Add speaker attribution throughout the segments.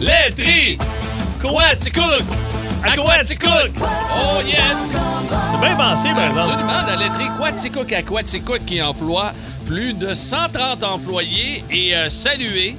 Speaker 1: Laiterie! Coaticook! À Coaticook! Oh yes!
Speaker 2: C'est bien pensé, par exemple.
Speaker 1: Absolument, la laiterie Quaticook à Quaticook qui emploie plus de 130 employés et euh, saluée.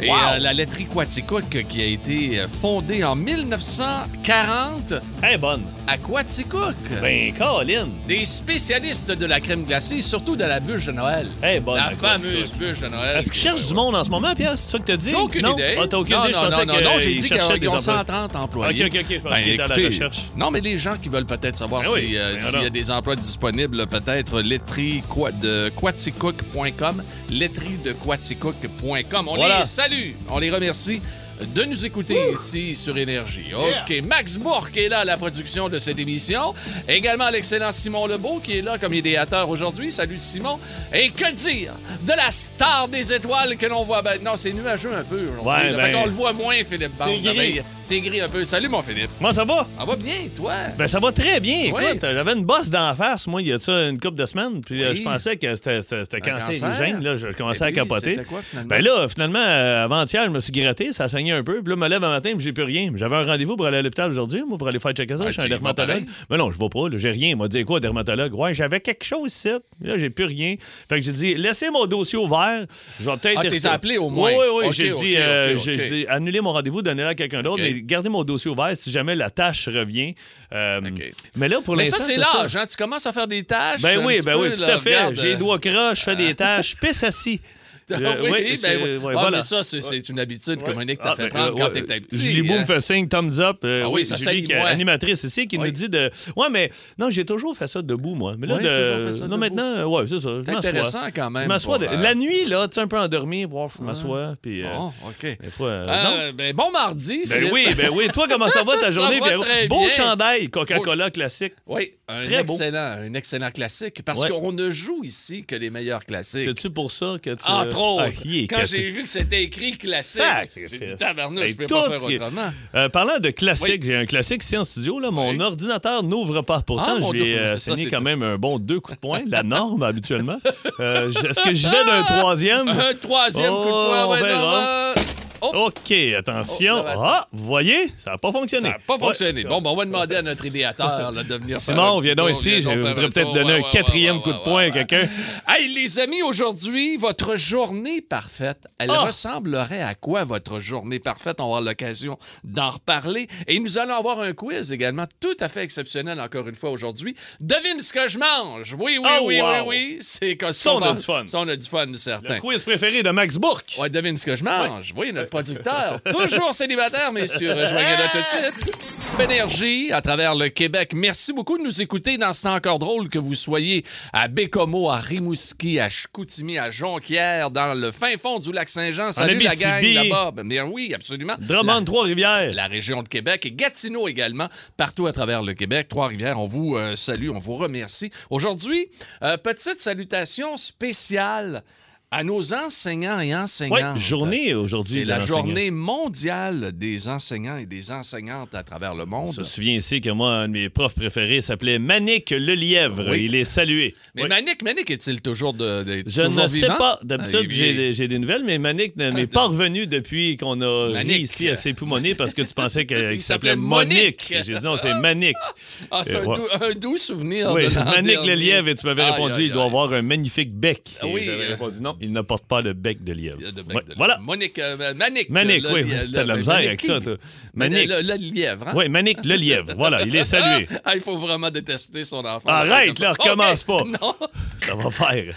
Speaker 1: Et
Speaker 2: Wow.
Speaker 1: euh, la laiterie Quaticook qui a été euh, fondée en 1940
Speaker 2: Hey, bonne.
Speaker 1: à Quaticook.
Speaker 2: Ben, Colin.
Speaker 1: Des spécialistes de la crème glacée, surtout de la bûche de Noël.
Speaker 2: Hey, bonne.
Speaker 1: la
Speaker 2: le
Speaker 1: fameuse
Speaker 2: Quaticook.
Speaker 1: bûche de Noël.
Speaker 2: Est-ce qu'ils cherchent du monde en ce moment, Pierre? C'est ça que t'as dit?
Speaker 1: J'ai aucune
Speaker 2: non?
Speaker 1: idée.
Speaker 2: Ah, t'as aucune
Speaker 1: non,
Speaker 2: idée?
Speaker 1: non,
Speaker 2: je pensais
Speaker 1: non, non, non, j'ai
Speaker 2: qu'ils
Speaker 1: dit
Speaker 2: cherchaient
Speaker 1: qu'ils
Speaker 2: des
Speaker 1: ont
Speaker 2: employés.
Speaker 1: 130 employés. Ben,
Speaker 2: Ok, ok, ok, je pense qu'il était à la recherche.
Speaker 1: Non, mais les gens qui veulent peut-être savoir
Speaker 2: Ben
Speaker 1: si,
Speaker 2: oui,
Speaker 1: euh,
Speaker 2: ben
Speaker 1: s'il y a
Speaker 2: alors.
Speaker 1: des emplois disponibles, peut-être laiterie quoi- de quaticook.com, laiterie de quaticook.com. On
Speaker 2: Voilà.
Speaker 1: les salue, on les remercie de nous écouter ici sur Énergie. OK, Max Bourque est là à la production de cette émission. Également l'excellent Simon Lebeau qui est là comme idéateur aujourd'hui. Salut Simon. Et que dire de la star des étoiles que l'on voit maintenant? C'est nuageux un peu aujourd'hui.
Speaker 2: Ouais,
Speaker 1: là.
Speaker 2: ben,
Speaker 1: Fait qu'on le voit moins, Philippe Bande.
Speaker 2: gris.
Speaker 1: Mais C'est gris un peu. Salut mon Philippe.
Speaker 2: Moi, ça va?
Speaker 1: Ça va bien, toi?
Speaker 2: Ben, ça va très bien. Écoute,
Speaker 1: Oui.
Speaker 2: euh, j'avais une bosse d'en face, moi, il y a de ça une couple de semaines. Puis euh,
Speaker 1: Oui.
Speaker 2: je pensais que c'était- c'était c'était
Speaker 1: Un
Speaker 2: cancérigène.
Speaker 1: cancer.
Speaker 2: Là, je je commençais
Speaker 1: Et
Speaker 2: à
Speaker 1: puis,
Speaker 2: capoter.
Speaker 1: c'était quoi, finalement?
Speaker 2: Ben là, finalement, euh, avant-hier, je me suis gratté, ça saignait un peu. Puis là, je me lève un matin, puis j'ai plus rien. J'avais un rendez-vous pour aller à l'hôpital aujourd'hui, moi, pour aller faire checker ça.
Speaker 1: Ah,
Speaker 2: je suis
Speaker 1: tu
Speaker 2: un
Speaker 1: y vas
Speaker 2: dermatologue.
Speaker 1: pareil?
Speaker 2: Mais non, je vais pas. là, J'ai rien. Il m'a dit quoi, dermatologue? Ouais, j'avais quelque chose ici. Là, j'ai plus rien. Fait que j'ai dit, laissez mon dossier ouvert. Je vais peut-être.
Speaker 1: Ah, t'es appelé au moins.
Speaker 2: Oui, oui,
Speaker 1: Ok,
Speaker 2: J'ai dit,
Speaker 1: ok,
Speaker 2: euh,
Speaker 1: ok, ok.
Speaker 2: j'ai j'ai dit, annulez mon rendez-vous, donnez-le à quelqu'un d'autre,
Speaker 1: Ok.
Speaker 2: mais gardez mon dossier ouvert si jamais la tâche revient. Euh,
Speaker 1: Ok.
Speaker 2: Mais là, pour
Speaker 1: Mais
Speaker 2: l'instant.
Speaker 1: ça, c'est l'âge. Hein? Tu commences à faire des tâches.
Speaker 2: Ben
Speaker 1: un
Speaker 2: oui,
Speaker 1: petit
Speaker 2: ben
Speaker 1: peu,
Speaker 2: oui, tout
Speaker 1: là,
Speaker 2: à fait.
Speaker 1: regarde,
Speaker 2: J'ai les
Speaker 1: euh,
Speaker 2: doigts croches, je fais des tâches, je pisse assis.
Speaker 1: ah
Speaker 2: Euh,
Speaker 1: oui,
Speaker 2: ouais, c'est-
Speaker 1: ben oui.
Speaker 2: ouais,
Speaker 1: Ah, mais ça, c'est c'est une habitude
Speaker 2: Ouais.
Speaker 1: comme que t'as
Speaker 2: Ah,
Speaker 1: fait
Speaker 2: ben,
Speaker 1: prendre
Speaker 2: euh,
Speaker 1: quand
Speaker 2: ouais,
Speaker 1: t'étais petit.
Speaker 2: Julie Beau
Speaker 1: hein.
Speaker 2: me fait signe, thumbs up. Euh,
Speaker 1: Ah oui, ça
Speaker 2: Julie,
Speaker 1: saigne,
Speaker 2: qui est
Speaker 1: ouais.
Speaker 2: animatrice ici, qui
Speaker 1: Oui.
Speaker 2: nous dit de. Ouais, mais non, j'ai toujours fait ça debout, moi. Mais là,
Speaker 1: Oui,
Speaker 2: de-
Speaker 1: toujours fait ça
Speaker 2: non,
Speaker 1: debout.
Speaker 2: maintenant, euh, ouais, c'est ça. je
Speaker 1: C'est
Speaker 2: m'assois.
Speaker 1: intéressant quand même
Speaker 2: Je m'assois.
Speaker 1: pour,
Speaker 2: de-
Speaker 1: euh,
Speaker 2: La nuit, là, tu sais, un peu endormi, boire, je m'assois. Puis. euh,
Speaker 1: Bon, Ah, OK.
Speaker 2: Des fois. euh, non.
Speaker 1: Ah, ben, bon mardi,
Speaker 2: Ben
Speaker 1: Philippe.
Speaker 2: oui, ben oui. Toi, comment ça va ta
Speaker 1: Ça
Speaker 2: journée?
Speaker 1: va
Speaker 2: Pierrot?
Speaker 1: très
Speaker 2: Beau
Speaker 1: bien.
Speaker 2: chandail, Coca-Cola classique.
Speaker 1: Oui, un
Speaker 2: Très beau.
Speaker 1: excellent, un excellent classique, parce
Speaker 2: Ouais.
Speaker 1: qu'on ne joue ici que les meilleurs classiques.
Speaker 2: C'est-tu pour ça que tu.
Speaker 1: Entre
Speaker 2: Ah,
Speaker 1: autres,
Speaker 2: il est
Speaker 1: quand
Speaker 2: cassé.
Speaker 1: j'ai vu que c'était écrit classique, j'ai
Speaker 2: Sacrifice.
Speaker 1: dit tabarnouche,
Speaker 2: Hey,
Speaker 1: je peux
Speaker 2: Ben, tout
Speaker 1: pas faire
Speaker 2: qui est-
Speaker 1: autrement.
Speaker 2: Euh, parlant de classique,
Speaker 1: Oui.
Speaker 2: j'ai un classique ici en studio. Là, mon
Speaker 1: Oui.
Speaker 2: ordinateur n'ouvre pas. Pourtant,
Speaker 1: Ah, mon
Speaker 2: je lui ai
Speaker 1: Dieu,
Speaker 2: euh,
Speaker 1: ça,
Speaker 2: saigné
Speaker 1: c'est
Speaker 2: quand
Speaker 1: tout.
Speaker 2: même un bon deux coups de poing, la norme habituellement. Euh, j- Est-ce que je vais d'un
Speaker 1: Ah!
Speaker 2: troisième?
Speaker 1: Un troisième coup de poing,
Speaker 2: Oh,
Speaker 1: ouais,
Speaker 2: on verra.
Speaker 1: non, euh, oh,
Speaker 2: OK, attention.
Speaker 1: Oh, là, attends.
Speaker 2: ah, vous voyez, ça n'a pas fonctionné.
Speaker 1: Ça n'a pas
Speaker 2: Ouais.
Speaker 1: fonctionné. Bon, ben, on va demander à notre idéateur là, de venir faire un
Speaker 2: Simon,
Speaker 1: petit
Speaker 2: viens donc
Speaker 1: tour,
Speaker 2: ici. Je
Speaker 1: viens donc faire
Speaker 2: voudrais
Speaker 1: un
Speaker 2: peut-être
Speaker 1: tour.
Speaker 2: donner
Speaker 1: Ouais,
Speaker 2: un
Speaker 1: ouais,
Speaker 2: quatrième
Speaker 1: ouais,
Speaker 2: coup de
Speaker 1: ouais,
Speaker 2: poing
Speaker 1: ouais,
Speaker 2: à quelqu'un.
Speaker 1: Hey, les amis, aujourd'hui, votre journée parfaite, elle
Speaker 2: Ah!
Speaker 1: ressemblerait à quoi, votre journée parfaite? On va avoir l'occasion d'en reparler. Et nous allons avoir un quiz également tout à fait exceptionnel, encore une fois, aujourd'hui. Devine ce que je mange! Oui, oui,
Speaker 2: Oh,
Speaker 1: oui,
Speaker 2: wow!
Speaker 1: oui, oui. C'est comme
Speaker 2: Ça, on a
Speaker 1: va-
Speaker 2: du fun.
Speaker 1: Ça, on a du fun,
Speaker 2: Le
Speaker 1: certain.
Speaker 2: quiz préféré de Max Bourque.
Speaker 1: Ouais, devine ce que je mange. Oui, notre producteur. Toujours célibataire, messieurs. Rejoignez-le tout de suite. Énergie à travers le Québec. Merci beaucoup de nous écouter dans ce temps encore drôle que vous soyez à Bécomo, à Rimouski, à Chicoutimi, à Jonquière, dans le fin fond du lac Saint-Jean. Salut la gang
Speaker 2: Abitibi.
Speaker 1: là-bas. Ben, bien oui, absolument.
Speaker 2: Drummond, Trois-Rivières.
Speaker 1: La région de Québec et Gatineau également, partout à travers le Québec. Trois-Rivières, on vous euh, salue, on vous remercie. Aujourd'hui, euh, petite salutation spéciale à nos enseignants et
Speaker 2: Oui,
Speaker 1: enseignantes.
Speaker 2: journée aujourd'hui.
Speaker 1: C'est
Speaker 2: de
Speaker 1: la
Speaker 2: l'enseignant.
Speaker 1: journée mondiale des enseignants et des enseignantes à travers le
Speaker 2: On
Speaker 1: monde.
Speaker 2: se souvient ici que moi, un de mes profs préférés s'appelait Manic Lelièvre.
Speaker 1: Oui.
Speaker 2: Il est salué.
Speaker 1: Mais
Speaker 2: Oui.
Speaker 1: Manic, Manic est-il toujours de, de-
Speaker 2: Je
Speaker 1: toujours
Speaker 2: ne sais
Speaker 1: vivant?
Speaker 2: pas. D'habitude,
Speaker 1: Ah, il- Ah,
Speaker 2: j'ai des- j'ai des nouvelles, mais Manic ne m'est pas revenu depuis qu'on a ri
Speaker 1: Manic.
Speaker 2: ici à ses poumonnés parce que tu pensais que- qu'il s'appelait
Speaker 1: s'appelait
Speaker 2: Monique.
Speaker 1: Monique.
Speaker 2: J'ai dit non, c'est Manic.
Speaker 1: Ah, c'est
Speaker 2: Euh,
Speaker 1: un,
Speaker 2: ouais.
Speaker 1: doux, un doux souvenir.
Speaker 2: Oui,
Speaker 1: de l'an
Speaker 2: Manic
Speaker 1: dernier.
Speaker 2: le lièvre, et tu m'avais
Speaker 1: Aïe,
Speaker 2: répondu,
Speaker 1: aïe,
Speaker 2: il doit
Speaker 1: aïe.
Speaker 2: avoir un magnifique bec.
Speaker 1: Ah
Speaker 2: Et
Speaker 1: oui,
Speaker 2: j'avais
Speaker 1: euh,
Speaker 2: répondu non, il ne porte pas le bec de lièvre.
Speaker 1: Il y a de bec
Speaker 2: Ouais,
Speaker 1: de-
Speaker 2: Voilà.
Speaker 1: Monique, euh, Manic.
Speaker 2: Manic,
Speaker 1: le-
Speaker 2: oui,
Speaker 1: le-
Speaker 2: c'était de la
Speaker 1: le-
Speaker 2: misère
Speaker 1: Manic
Speaker 2: avec ça.
Speaker 1: qui?
Speaker 2: toi.
Speaker 1: Mais
Speaker 2: Manic.
Speaker 1: Le, le lièvre, hein?
Speaker 2: Oui, Manic le lièvre. Voilà, il est salué.
Speaker 1: Ah, il faut vraiment détester son enfant.
Speaker 2: Arrête, là,
Speaker 1: Ok,
Speaker 2: recommence pas.
Speaker 1: Non,
Speaker 2: Ça va faire.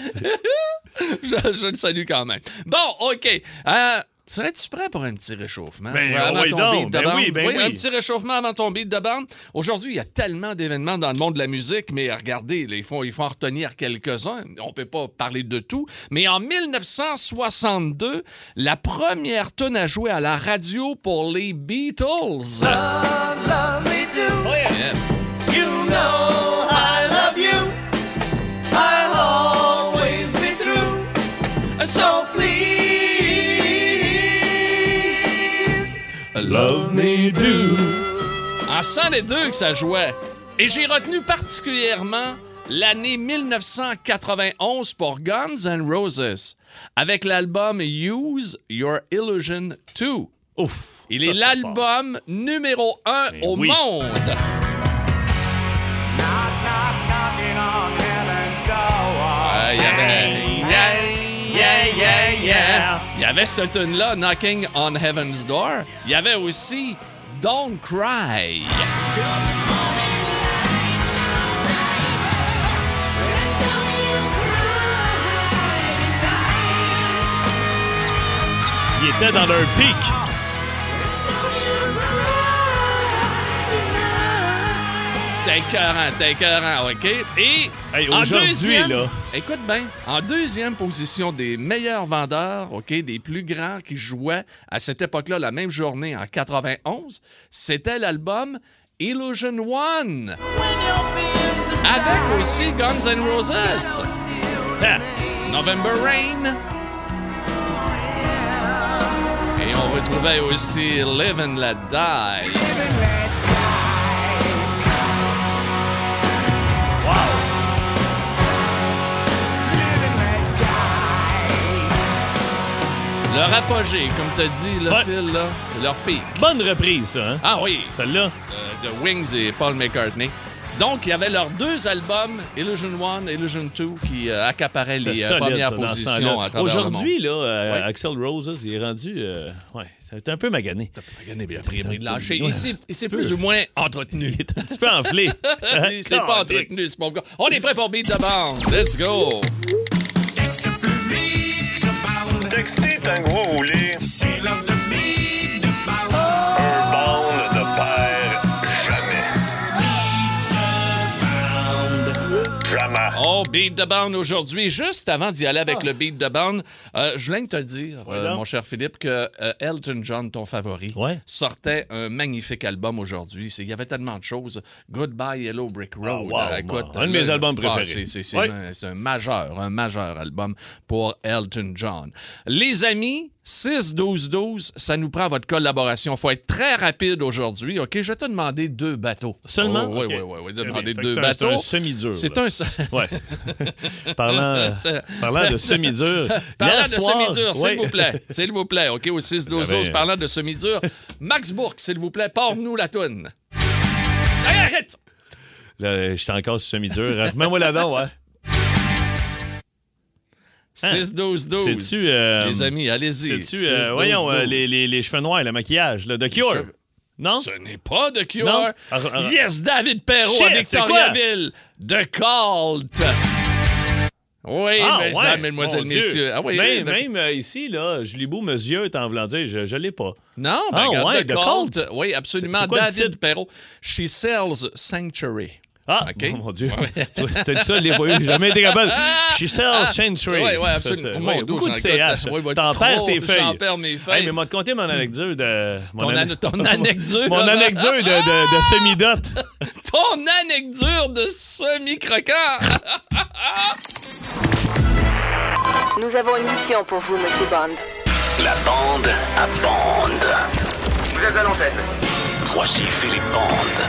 Speaker 1: je, je le salue quand même. Bon, OK. Euh, Serais-tu prêt pour un petit réchauffement?
Speaker 2: Ben,
Speaker 1: Toi, avant
Speaker 2: oui
Speaker 1: ton
Speaker 2: donc,
Speaker 1: beat de
Speaker 2: ben
Speaker 1: bande?
Speaker 2: oui, ben oui.
Speaker 1: Un petit réchauffement avant ton beat de bande. Aujourd'hui, il y a tellement d'événements dans le monde de la musique, mais regardez, là, il faut, il faut en retenir quelques-uns. On peut pas parler de tout. Mais en 1962, la première tonne à jouer à la radio pour les Beatles. Yeah. So please
Speaker 2: Love me do.
Speaker 1: En 102 que ça jouait. Et j'ai retenu particulièrement l'année 1991 pour Guns N' Roses avec l'album Use Your Illusion 2.
Speaker 2: Ouf.
Speaker 1: Il
Speaker 2: ça,
Speaker 1: est
Speaker 2: c'était fort.
Speaker 1: l'album numéro un
Speaker 2: Ben
Speaker 1: au
Speaker 2: oui.
Speaker 1: monde. Ah, Il y avait- Yeah, yeah, yeah, yeah. Il y avait cette tune-là, Knocking on Heaven's Door. Il y avait aussi Don't Cry.
Speaker 2: Il était dans leur pic.
Speaker 1: T'es écœurant, t'es écœurant, OK? Et
Speaker 2: Hey,
Speaker 1: en
Speaker 2: aujourd'hui,
Speaker 1: deuxième...
Speaker 2: là.
Speaker 1: Écoute bien, en deuxième position des meilleurs vendeurs, OK, des plus grands qui jouaient à cette époque-là, la même journée, en 91, c'était l'album Illusion One. Avec aussi Guns N' Roses,
Speaker 2: Ha!
Speaker 1: November Rain. Et on retrouvait aussi Live and Let Die.
Speaker 2: Wow.
Speaker 1: Leur apogée, comme t'as dit, le
Speaker 2: Ouais.
Speaker 1: fil, là, c'est leur pic.
Speaker 2: Bonne reprise, ça. Hein?
Speaker 1: Ah oui,
Speaker 2: Celle-là.
Speaker 1: euh, de Wings et Paul McCartney. Donc, il y avait leurs deux albums, Illusion 1, Illusion 2, qui euh, accaparaient
Speaker 2: C'était
Speaker 1: les euh,
Speaker 2: solide,
Speaker 1: premières
Speaker 2: ça, dans ce
Speaker 1: positions
Speaker 2: temps-là.
Speaker 1: à travers
Speaker 2: Aujourd'hui, là, euh,
Speaker 1: Ouais.
Speaker 2: Axel Rose, il est rendu. euh, ouais, c'était un peu magané.
Speaker 1: le monde. Aujourd'hui, pris pris de lâcher.
Speaker 2: Ouais.
Speaker 1: Et c'est- et c'est plus ou moins entretenu.
Speaker 2: Il est un petit peu enflé.
Speaker 1: c'est pas entretenu, ce pauvre gars. On est prêt pour Beat the Band. Let's go!
Speaker 3: Textez tant que vous voulez. Un
Speaker 2: Ah,
Speaker 3: bond de père jamais. Jamais.
Speaker 1: Oh, Beat the Band aujourd'hui. Juste avant d'y aller avec le Beat the Band, euh, je viens de te dire, euh,
Speaker 2: Ah. donc.
Speaker 1: mon cher Philippe, que euh, Elton John, ton favori,
Speaker 2: Ouais.
Speaker 1: sortait un magnifique album aujourd'hui. C'est- Il y avait tellement de choses. Goodbye Yellow Brick Road.
Speaker 2: Ah, wow,
Speaker 1: Euh, écoute,
Speaker 2: wow. Un de mes
Speaker 1: là,
Speaker 2: albums
Speaker 1: ah,
Speaker 2: préférés.
Speaker 1: c'est- c'est- c'est
Speaker 2: Ouais.
Speaker 1: un- c'est un majeur, un majeur album pour Elton John. Les amis, 6-12-12, ça nous prend votre collaboration. faut être très rapide aujourd'hui. OK, je vais te demander deux bateaux.
Speaker 2: Seulement?
Speaker 1: Oh, oui,
Speaker 2: Ok.
Speaker 1: oui, oui, oui.
Speaker 2: Très bien.
Speaker 1: Demander
Speaker 2: Fait que
Speaker 1: deux
Speaker 2: c'est un-
Speaker 1: bateaux.
Speaker 2: C'est un semi-dur.
Speaker 1: C'est
Speaker 2: là.
Speaker 1: un seul.
Speaker 2: Ouais. parlant, euh, parlant de semi-dur.
Speaker 1: Parlant
Speaker 2: hier
Speaker 1: de
Speaker 2: soir- Ah ben,
Speaker 1: semi-dur,
Speaker 2: ouais.
Speaker 1: s'il vous plaît. S'il vous plaît, OK, au 6 12
Speaker 2: J'avais-
Speaker 1: parlant de semi-dur. Max Bourque, s'il vous plaît, porte-nous la toune. Hey, arrête!
Speaker 2: Là, J'étais encore sur semi-dur. Remets-moi là-dedans, ouais.
Speaker 1: Hein? 6-12-12.
Speaker 2: C'est-tu. euh,
Speaker 1: Les amis, allez-y.
Speaker 2: C'est-tu. euh, voyons, euh, les, les- les cheveux noirs, le maquillage, là, de Cure.
Speaker 1: cheveux-
Speaker 2: Non?
Speaker 1: Ce n'est pas de Cure.
Speaker 2: Non. Ah, ah, ah.
Speaker 1: Yes, David Perrault
Speaker 2: Shit,
Speaker 1: à
Speaker 2: c'est
Speaker 1: Victoriaville. De Colt. Oui,
Speaker 2: Ah,
Speaker 1: mais
Speaker 2: ouais,
Speaker 1: ça, mesdemoiselles,
Speaker 2: mon Dieu.
Speaker 1: messieurs. Ah oui,
Speaker 2: même
Speaker 1: de-
Speaker 2: même euh, ici, là, Julie Beau, monsieur, t'en voulant dire, je, je l'ai pas.
Speaker 1: Non, ben,
Speaker 2: Ah,
Speaker 1: regarde,
Speaker 2: ouais,
Speaker 1: de
Speaker 2: de
Speaker 1: Colt.
Speaker 2: Colt.
Speaker 1: Oui, absolument.
Speaker 2: c'est quoi le
Speaker 1: David
Speaker 2: titre?
Speaker 1: Perrault. She sells Sanctuary.
Speaker 2: Ah,
Speaker 1: OK.
Speaker 2: bon, mon Dieu.
Speaker 1: Ouais.
Speaker 2: tu vois, c'était ça, je l'ai pas eu. J'ai jamais été capable. She sells Shane Tree.
Speaker 1: Oui, oui,
Speaker 2: Ça,
Speaker 1: absolument.
Speaker 2: c'est-
Speaker 1: Mon
Speaker 2: ouais,
Speaker 1: Dieu,
Speaker 2: beaucoup de
Speaker 1: j'en
Speaker 2: CH.
Speaker 1: écoute- oui, oui,
Speaker 2: T'en
Speaker 1: trop,
Speaker 2: perds
Speaker 1: j'en
Speaker 2: tes feuilles.
Speaker 1: perds mes feuilles. Hmm.
Speaker 2: Hey, mais m'a conté mon anecdote de. Mon
Speaker 1: Ton
Speaker 2: ane-
Speaker 1: ane- ton anecdote,
Speaker 2: Mon
Speaker 1: là.
Speaker 2: anecdote de, de, de semi-dot.
Speaker 1: Ton anecdote de semi-croquant.
Speaker 4: Nous avons une mission pour vous, Monsieur Bond.
Speaker 5: La bande à bande.
Speaker 6: Vous êtes à l'antenne.
Speaker 5: Voici Philippe Bande.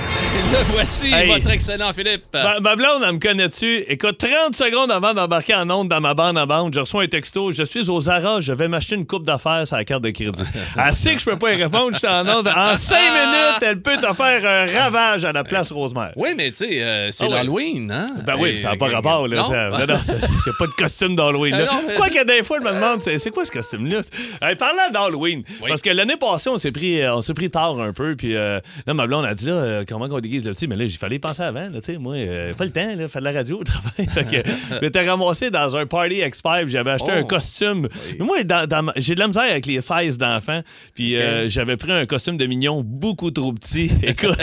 Speaker 1: Le voici,
Speaker 2: Hey. Ben,
Speaker 1: votre excellent Philippe.
Speaker 2: Ma, ma blonde, elle me connaît-tu? Écoute, 30 secondes avant d'embarquer en onde dans ma bande à bande, je reçois un texto. Je suis aux Zara, je vais m'acheter une coupe d'affaires sur la carte de crédit. Elle sait que je peux pas y répondre, je suis en onde. En 5 minutes, elle peut te faire un ravage à la place Rosemère.
Speaker 1: Oui, mais tu sais, euh, c'est
Speaker 2: Ah ouais.
Speaker 1: l'Halloween, hein?
Speaker 2: Ben oui,
Speaker 1: Et-
Speaker 2: ça n'a pas rapport, là.
Speaker 1: Non?
Speaker 2: Non, non, ça- ça- y a pas de costume d'Halloween, là.
Speaker 1: Ah non, mais-
Speaker 2: Quoi que des fois, je me demande, c'est c'est quoi ce costume-là? Hey, parlant d'Halloween,
Speaker 1: Oui.
Speaker 2: parce que l'année passée, on s'est pris, euh, on s'est pris tard un peu, puis euh, là, ma blonde a dit, là, euh, comment qu'on déguise le petit? Mais là, j'ai fallait y penser avant, là, tu sais, moi, euh, pas le temps, là, faire de la radio au travail. Fait que, je m'étais ramassé dans un party expert, puis j'avais acheté
Speaker 1: Oh.
Speaker 2: un costume. Mais Moi, dans- dans ma- j'ai de la misère avec les 16 d'enfants, puis euh, j'avais pris un costume de mignon beaucoup trop petit. Écoute,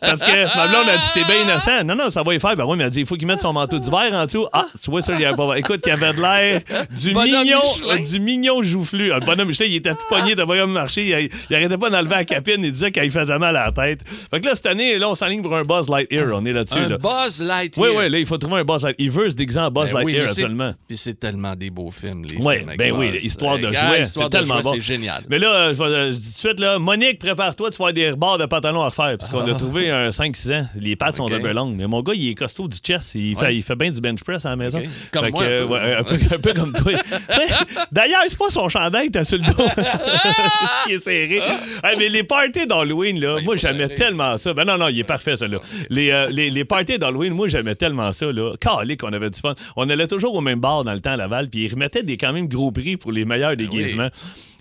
Speaker 2: parce que ma blonde Ah, a dit t'es bien innocent. Non, non, ça va y faire. Ben oui, mais elle a dit il faut qu'il mette son manteau d'hiver en dessous. Ah, tu vois ça, il y avait pas. Écoute, il y avait de l'air du
Speaker 1: Bonhomme
Speaker 2: mignon,
Speaker 1: Michelin.
Speaker 2: euh, du mignon joufflu. Ah, le bonhomme Michelin, il était tout pogné de bonhomme marché. Il, il arrêtait pas d'enlever la capine. Il disait qu'il il faisait mal à la tête. Fait que là, cette année, là, on s'enligne pour un Buzz Lightyear. On est là-dessus.
Speaker 1: Un
Speaker 2: là.
Speaker 1: Buzz Lightyear.
Speaker 2: Oui, oui, là, il faut trouver un Buzz Lightyear. Il veut se déguiser en Buzz
Speaker 1: Ben oui,
Speaker 2: Lightyear
Speaker 1: mais c'est-
Speaker 2: absolument.
Speaker 1: Puis c'est tellement des beaux films, les
Speaker 2: Oui,
Speaker 1: films avec
Speaker 2: ben oui,
Speaker 1: Buzz.
Speaker 2: histoire de
Speaker 1: Euh,
Speaker 2: jouets,
Speaker 1: histoire
Speaker 2: c'est
Speaker 1: de
Speaker 2: tellement
Speaker 1: jouets,
Speaker 2: bon.
Speaker 1: C'est génial.
Speaker 2: Mais là, euh, je, vais- euh, je dis tout de suite, là, Monique, prépare-toi, tu vas avoir des rebords de pantalon à refaire, parce qu'on a trouvé un 5-6 ans. Les pattes sont
Speaker 1: Ah. Ok.
Speaker 2: double longues. Mais mon gars, il est costaud du chest, il,
Speaker 1: Ouais.
Speaker 2: fait, il fait bien du bench press à la maison.
Speaker 1: Ok. Comme
Speaker 2: Fait
Speaker 1: moi,
Speaker 2: que,
Speaker 1: un peu.
Speaker 2: ouais, un, peu, un peu comme toi. Ouais. D'ailleurs, c'est pas son chandail, t'as sur le dos. c'est ce qui est serré. Hey, mais les parties d'Halloween, là,
Speaker 1: il est
Speaker 2: moi,
Speaker 1: pas
Speaker 2: j'aimais
Speaker 1: serré.
Speaker 2: tellement ça. Ben non, non, il est parfait, celui-là. Les, euh, les, les parties d'Halloween, moi, j'aimais tellement ça, là. Calé qu'on avait du fun. On allait toujours au même bar dans le temps à Laval, puis ils remettaient des quand même gros prix pour les meilleurs déguisements.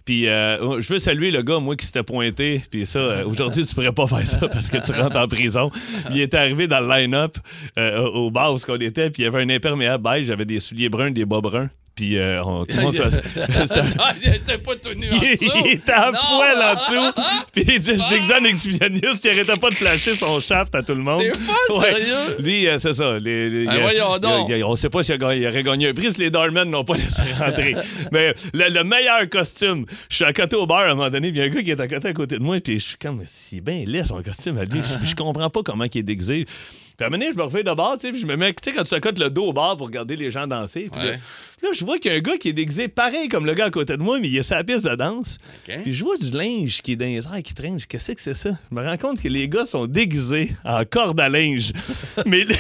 Speaker 2: Puis euh, je veux saluer le gars, moi, qui s'était pointé. Puis ça, euh, aujourd'hui, tu pourrais pas faire ça parce que tu rentres en prison. Il est arrivé dans le line-up euh, au au bar où on était, puis il y avait un imperméable beige, j'avais des souliers bruns, des bas bruns. Puis euh, on, tout le monde faisait- c'était-
Speaker 1: Ah, il était pas tout nu en
Speaker 2: il,
Speaker 1: dessous.
Speaker 2: il était à
Speaker 1: Non.
Speaker 2: poil en dessous. Puis il dit Je déguise en exhibitionniste. Il arrêtait pas de flasher son shaft à tout le monde.
Speaker 1: T'es pas sérieux?
Speaker 2: Lui, euh, c'est ça. Les, les-
Speaker 1: Ben
Speaker 2: il a-
Speaker 1: voyons
Speaker 2: il a-
Speaker 1: donc.
Speaker 2: il a- on sait pas s'il a gagné- il aurait gagné un prix parce que les Dormen n'ont pas laissé rentrer. Mais le, le meilleur costume, je suis à côté au bar à un moment donné. puis Il y a un gars qui est à côté à côté de moi. Puis je suis comme C'est bien laid son costume à
Speaker 1: Ah.
Speaker 2: lui. Je- Je comprends pas comment il est déguisé. Puis à un moment donné, je me refais de bord, tu sais, puis je me mets, tu sais, quand tu accotes le dos au bar pour regarder les gens danser. Puis là,
Speaker 1: Ouais.
Speaker 2: Là, je vois qu'il y a un gars qui est déguisé pareil comme le gars à côté de moi, mais il a sa piste de danse.
Speaker 1: OK.
Speaker 2: Puis je vois du linge qui est dans les airs, qui traîne. Je dis, Qu'est-ce que c'est ça? Je me rends compte que les gars sont déguisés en corde à linge. mais le-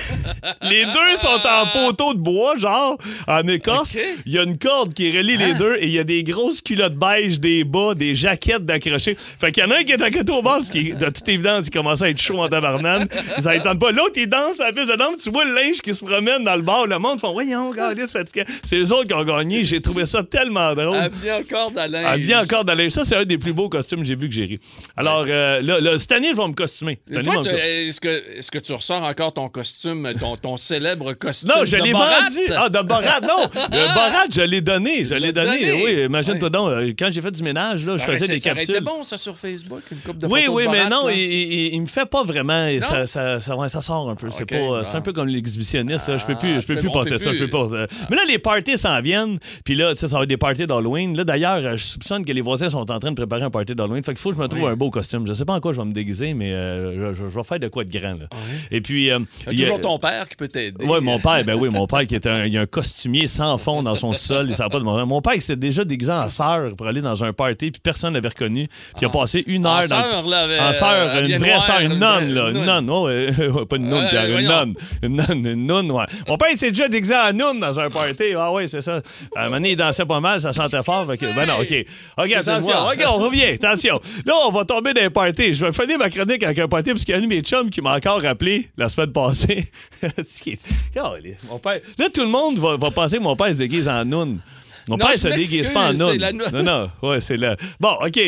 Speaker 2: les deux sont en poteau de bois, genre, en écorce.
Speaker 1: OK.
Speaker 2: Il y a une corde qui relie les
Speaker 1: Ah.
Speaker 2: deux et il y a des grosses culottes beige, des bas, des jaquettes d'accrocher. Fait qu'il y en a un qui est à côté au bar, parce qu'il, de toute évidence, il commençait à être chaud en tabarnane. Ils en entendent pas. L'autre, il danse à la piste de danse. Tu vois le linge qui se promène dans le bar. Le monde font Voyons, regardez, c'est fatiguant. C'est eux autres qui ont gagné. J'ai trouvé ça tellement drôle.
Speaker 1: hein? Habillé encore dans la
Speaker 2: Habillé encore dans les- Ça, c'est un des plus beaux costumes que j'ai vu que j'ai ri. Alors, euh, là, là, cette année, je vais me costumer. Cette année,
Speaker 1: Toi,
Speaker 2: je
Speaker 1: tu-
Speaker 2: vais me co-
Speaker 1: est-ce que, est-ce que tu ressors encore ton costume, ton, ton célèbre costume
Speaker 2: Non, je
Speaker 1: de
Speaker 2: l'ai
Speaker 1: Borat?
Speaker 2: vendu. Ah, de Borat, non. Le Borat, je l'ai donné. Je
Speaker 1: l'as
Speaker 2: l'ai donné.
Speaker 1: donné.
Speaker 2: Oui, imagine-toi donc. euh, Quand j'ai fait du ménage, là, je
Speaker 1: Ah,
Speaker 2: faisais
Speaker 1: c'est-
Speaker 2: des
Speaker 1: ça aurait été
Speaker 2: capsules.
Speaker 1: bon, ça, sur Facebook, une coupe de
Speaker 2: Oui,
Speaker 1: photos
Speaker 2: oui,
Speaker 1: de
Speaker 2: mais
Speaker 1: Borat,
Speaker 2: non,
Speaker 1: là.
Speaker 2: il, il- il me fait pas vraiment. et Ça, ça, ça, ouais, ça sort un peu. c'est
Speaker 1: ok,
Speaker 2: pas, euh, C'est
Speaker 1: bon.
Speaker 2: un peu comme l'exhibitionniste. là. je peux plus, je peux
Speaker 1: Ah,
Speaker 2: plus
Speaker 1: on
Speaker 2: porter
Speaker 1: peut
Speaker 2: ça. Je
Speaker 1: plus. Ah.
Speaker 2: peux pas. euh. Mais là, les parties s'en viennent. Puis là, tu sais, ça va être des parties d'Halloween. Là, d'ailleurs, euh, je soupçonne que les voisins sont en train de préparer un party d'Halloween. Fait qu'il faut que je me trouve un beau costume. Je sais pas en quoi je vais me déguiser, mais euh, je, je- je vais faire de quoi de grand. là. Et puis. euh,
Speaker 1: Ah T'as
Speaker 2: il y a-
Speaker 1: toujours ton père qui peut t'aider.
Speaker 2: oui, mon père, ben oui, mon père qui est un, il y a un costumier sans fond dans son sol, il savait pas de mon Mon père, il s'était déjà déguisé en sœur pour aller dans un party, puis personne l'avait reconnu. Puis il a passé une
Speaker 1: Ah. En
Speaker 2: heure dans le-
Speaker 1: sœur, là, avec-
Speaker 2: en sœur,
Speaker 1: euh,
Speaker 2: une
Speaker 1: bien
Speaker 2: vraie
Speaker 1: noire,
Speaker 2: sœur, une
Speaker 1: une
Speaker 2: nonne, là.
Speaker 1: vraie-
Speaker 2: Une nonne, ouais, ouais, pas une nonne,
Speaker 1: Ouais,
Speaker 2: Pierre, une
Speaker 1: voyons.
Speaker 2: nonne. Une nonne, une nonne, ouais. Mon père, il s'est déjà déguisé en nonne dans un party. Ah ouais, c'est ça. À un moment donné, il dansait pas mal, ça sentait fort. fait que- ben non, OK. OK, attention.
Speaker 1: Excusez-moi.
Speaker 2: OK, on revient. Attention. Là, on va tomber dans un party. Je vais finir ma chronique avec un party, parce qu'il y a un de mes chums qui m'a encore rappelé la semaine passée. Ce qui est- Calais, mon père. Là, tout le monde va, va penser que mon père se déguise en nonne. Mon
Speaker 1: Non,
Speaker 2: père
Speaker 1: je
Speaker 2: se déguise pas en
Speaker 1: m'excuse, c'est
Speaker 2: nonne.
Speaker 1: la noun.
Speaker 2: Non, non, ouais, c'est là. Bon, OK.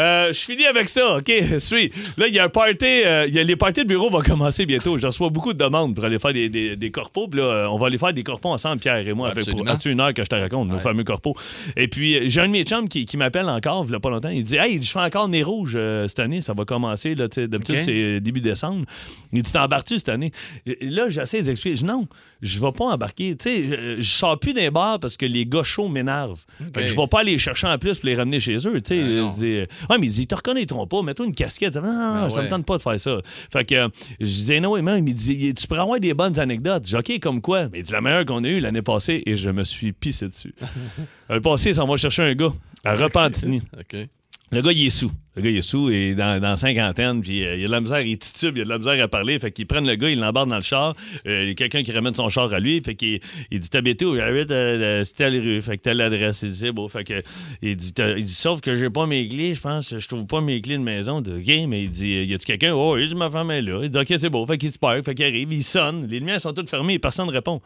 Speaker 2: Euh, je finis avec ça. OK, suis. Là, il y a un party. euh, il y a- les parties de bureau vont commencer bientôt. Je reçois beaucoup de demandes pour aller faire des, des, des corpos. Puis là, euh, on va aller faire des corpos ensemble, Pierre et moi. Avec,
Speaker 1: Absolument.
Speaker 2: pour, as-tu une heure que je te raconte, nos fameux corpos? Et puis, euh, j'ai un de mes chums qui, qui m'appelle encore, il y a pas longtemps. Il dit Hey, je fais encore Nez Rouge euh, cette année. Ça va commencer. là, tu sais, D'habitude,
Speaker 1: OK.
Speaker 2: c'est euh, début décembre. Il dit T'embarques-tu cette année Et Là, j'essaie d'expliquer. Je dis, Non, je vais pas embarquer. Tu sais, je- je sors plus d'un bar parce que les gars chauds m'énervent. Fait que Je vais pas aller les chercher en plus pour les ramener chez eux. Tu sais,
Speaker 1: Ben non.
Speaker 2: Je dis, Ah, mais ils disent, ils te reconnaîtront pas. Mets-toi une casquette. Ah, Non, non, non,
Speaker 1: Ben
Speaker 2: ça
Speaker 1: ouais.
Speaker 2: me tente pas de faire ça. Fait que euh, je disais, non, mais il me dit, tu pourrais avoir des bonnes anecdotes. J'ai dit, OK, comme quoi? Mais il dit, la meilleure qu'on a eue l'année passée, et je me suis pissé dessus. L'année passée, ça va chercher un gars à Repentigny.
Speaker 1: OK.
Speaker 2: Le gars, il est sous. Le gars, il est sous, et dans, dans cinquantaine, puis euh, il a de la misère, il titube, il a de la misère à parler. Fait qu'ils prennent le gars, ils l'embarquent dans le char. Euh, Il y a quelqu'un qui ramène son char à lui. Fait qu'il il dit T'habites où J'habite euh, euh, c'est telle rue. Fait que telle adresse. Il dit C'est beau. Fait que, il, dit, T'as- il dit Sauf que j'ai pas mes clés, je pense. Je trouve pas mes clés de maison. De, OK, mais il dit Y a-tu quelqu'un Oh, il dit Ma femme est là. Il dit Ok, c'est beau. Fait qu'il se perd. Fait qu'il arrive, il sonne. Les lumières sont toutes fermées et personne ne répond.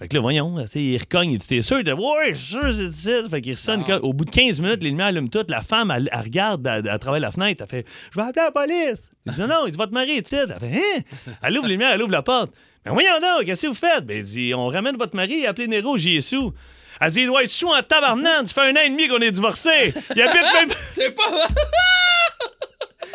Speaker 2: Fait que là, voyons, tu sais, il recogne, il dit T'es sûr? Il dit, Ouais, je suis sûr, c'est ici. Fait qu'il ressonne. quand- Au bout de 15 minutes, les lumières allument toutes. La femme, elle, elle regarde à, à travers la fenêtre. Elle fait Je vais appeler la police. Il dit Non, non, il dit Votre mari est ici. Elle fait Hein? Elle ouvre les lumières, elle ouvre la porte. Mais voyons donc, qu'est-ce que vous faites? Ben, il dit On ramène votre mari, appelez Nero, j'y ai sous. Elle dit Il doit être sous en tabarnane. Ça fait un an et demi qu'on est divorcés. Il habite même.
Speaker 1: C'est pas...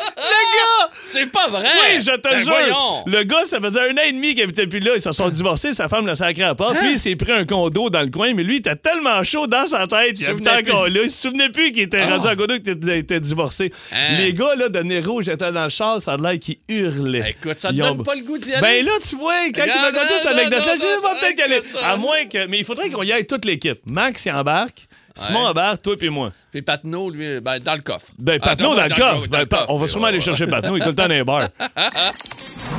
Speaker 2: Le gars!
Speaker 1: Ah! C'est pas vrai!
Speaker 2: Oui, je te
Speaker 1: Ben
Speaker 2: jure!
Speaker 1: voyons.
Speaker 2: Le gars, ça faisait un an et demi qu'il habitait plus là. Ils se sont divorcés, sa femme l'a sacré à la
Speaker 1: Hein?
Speaker 2: porte. Lui, il s'est pris un condo dans le coin, mais lui, il était tellement chaud dans sa tête.
Speaker 1: Il
Speaker 2: Il
Speaker 1: se
Speaker 2: habitait
Speaker 1: souvenait
Speaker 2: encore là. Il se souvenait plus qu'il était
Speaker 1: Ah.
Speaker 2: rendu en condo, qu'il était, était divorcé.
Speaker 1: Hein.
Speaker 2: Les gars, là, de Nero, j'étais dans le char, ça a l'air qu'ils hurlaient.
Speaker 1: Ben, écoute, ça te
Speaker 2: Ils ont-
Speaker 1: donne pas le goût d'y aller.
Speaker 2: Ben là, tu vois, quand il m'a
Speaker 1: Regarde,
Speaker 2: conté cette
Speaker 1: non,
Speaker 2: anecdote-là,
Speaker 1: non,
Speaker 2: j'ai dit,
Speaker 1: non,
Speaker 2: va peut-être qu'elle
Speaker 1: écoute
Speaker 2: est.
Speaker 1: ça.
Speaker 2: À moins que. Mais il faudrait qu'on y aille toute l'équipe. Max, il embarque. Simon
Speaker 1: Ouais.
Speaker 2: embarque, toi puis moi.
Speaker 1: Puis Patnaud, lui, ben, dans le coffre.
Speaker 2: Ben,
Speaker 1: Ah,
Speaker 2: Patnaud dans le coffre.
Speaker 1: dans
Speaker 2: Ben,
Speaker 1: le
Speaker 2: pa- on va
Speaker 1: coffre,
Speaker 2: sûrement
Speaker 1: ouais,
Speaker 2: aller
Speaker 1: ouais.
Speaker 2: chercher Patnaud, il est tout le temps dans les bars.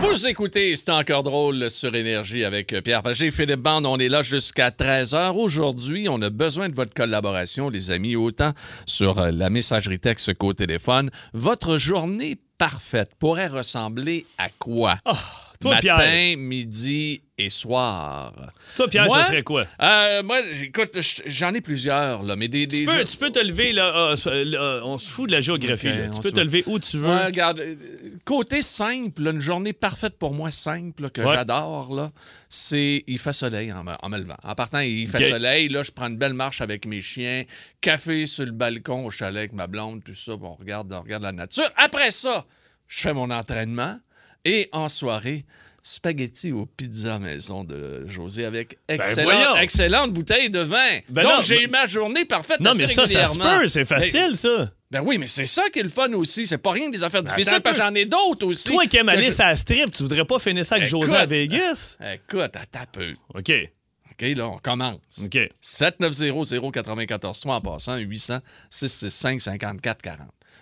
Speaker 1: Vous écoutez C'est encore drôle sur Énergie avec euh, Pierre Pagé, Philippe Bande. On est là jusqu'à 13h. Aujourd'hui, on a besoin de votre collaboration, les amis, autant sur euh, la messagerie texte qu'au téléphone. Votre journée parfaite pourrait ressembler à quoi?
Speaker 2: Ah, Toi,
Speaker 1: Matin,
Speaker 2: Pierre.
Speaker 1: midi et soir.
Speaker 2: Toi, Pierre,
Speaker 1: Moi?
Speaker 2: ça serait quoi?
Speaker 1: Euh, moi, écoute, j'en ai plusieurs, là, mais des... des
Speaker 2: Tu peux, tu peux te lever, là, euh, so- là, on se fout de la géographie.
Speaker 1: Ok,
Speaker 2: là. Tu
Speaker 1: on
Speaker 2: peux
Speaker 1: se-
Speaker 2: te lever où tu veux.
Speaker 1: Ouais, regarde, euh, côté simple, une journée parfaite pour moi, simple, là, que
Speaker 2: Ouais.
Speaker 1: j'adore, là, c'est il fait soleil en me, en me levant. En partant, il fait
Speaker 2: Ok.
Speaker 1: soleil, là, je prends une belle marche avec mes chiens, café sur le balcon au chalet avec ma blonde, tout ça, puis on regarde, on regarde la nature. Après ça, je fais mon entraînement et en soirée, spaghetti au pizza maison de José avec excellente,
Speaker 2: Ben voyons.
Speaker 1: excellente bouteille de vin.
Speaker 2: Ben
Speaker 1: Donc,
Speaker 2: non,
Speaker 1: j'ai
Speaker 2: mais-
Speaker 1: ma journée parfaite
Speaker 2: non,
Speaker 1: assez
Speaker 2: mais ça, ça se
Speaker 1: régulièrement.
Speaker 2: peut, c'est facile, ça.
Speaker 1: Ben oui, mais c'est ça qui est le fun aussi. C'est pas rien que des affaires
Speaker 2: Ben, attends un
Speaker 1: difficiles, parce que j'en ai d'autres aussi.
Speaker 2: Toi qui aimes
Speaker 1: que
Speaker 2: aller
Speaker 1: je-
Speaker 2: sur la strip, tu voudrais pas finir ça avec
Speaker 1: Écoute. Ah.
Speaker 2: José à Vegas?
Speaker 1: Écoute, attends un peu.
Speaker 2: OK,
Speaker 1: OK, là, on commence.
Speaker 2: OK.
Speaker 1: 790-094, en passant, 800-665-5440.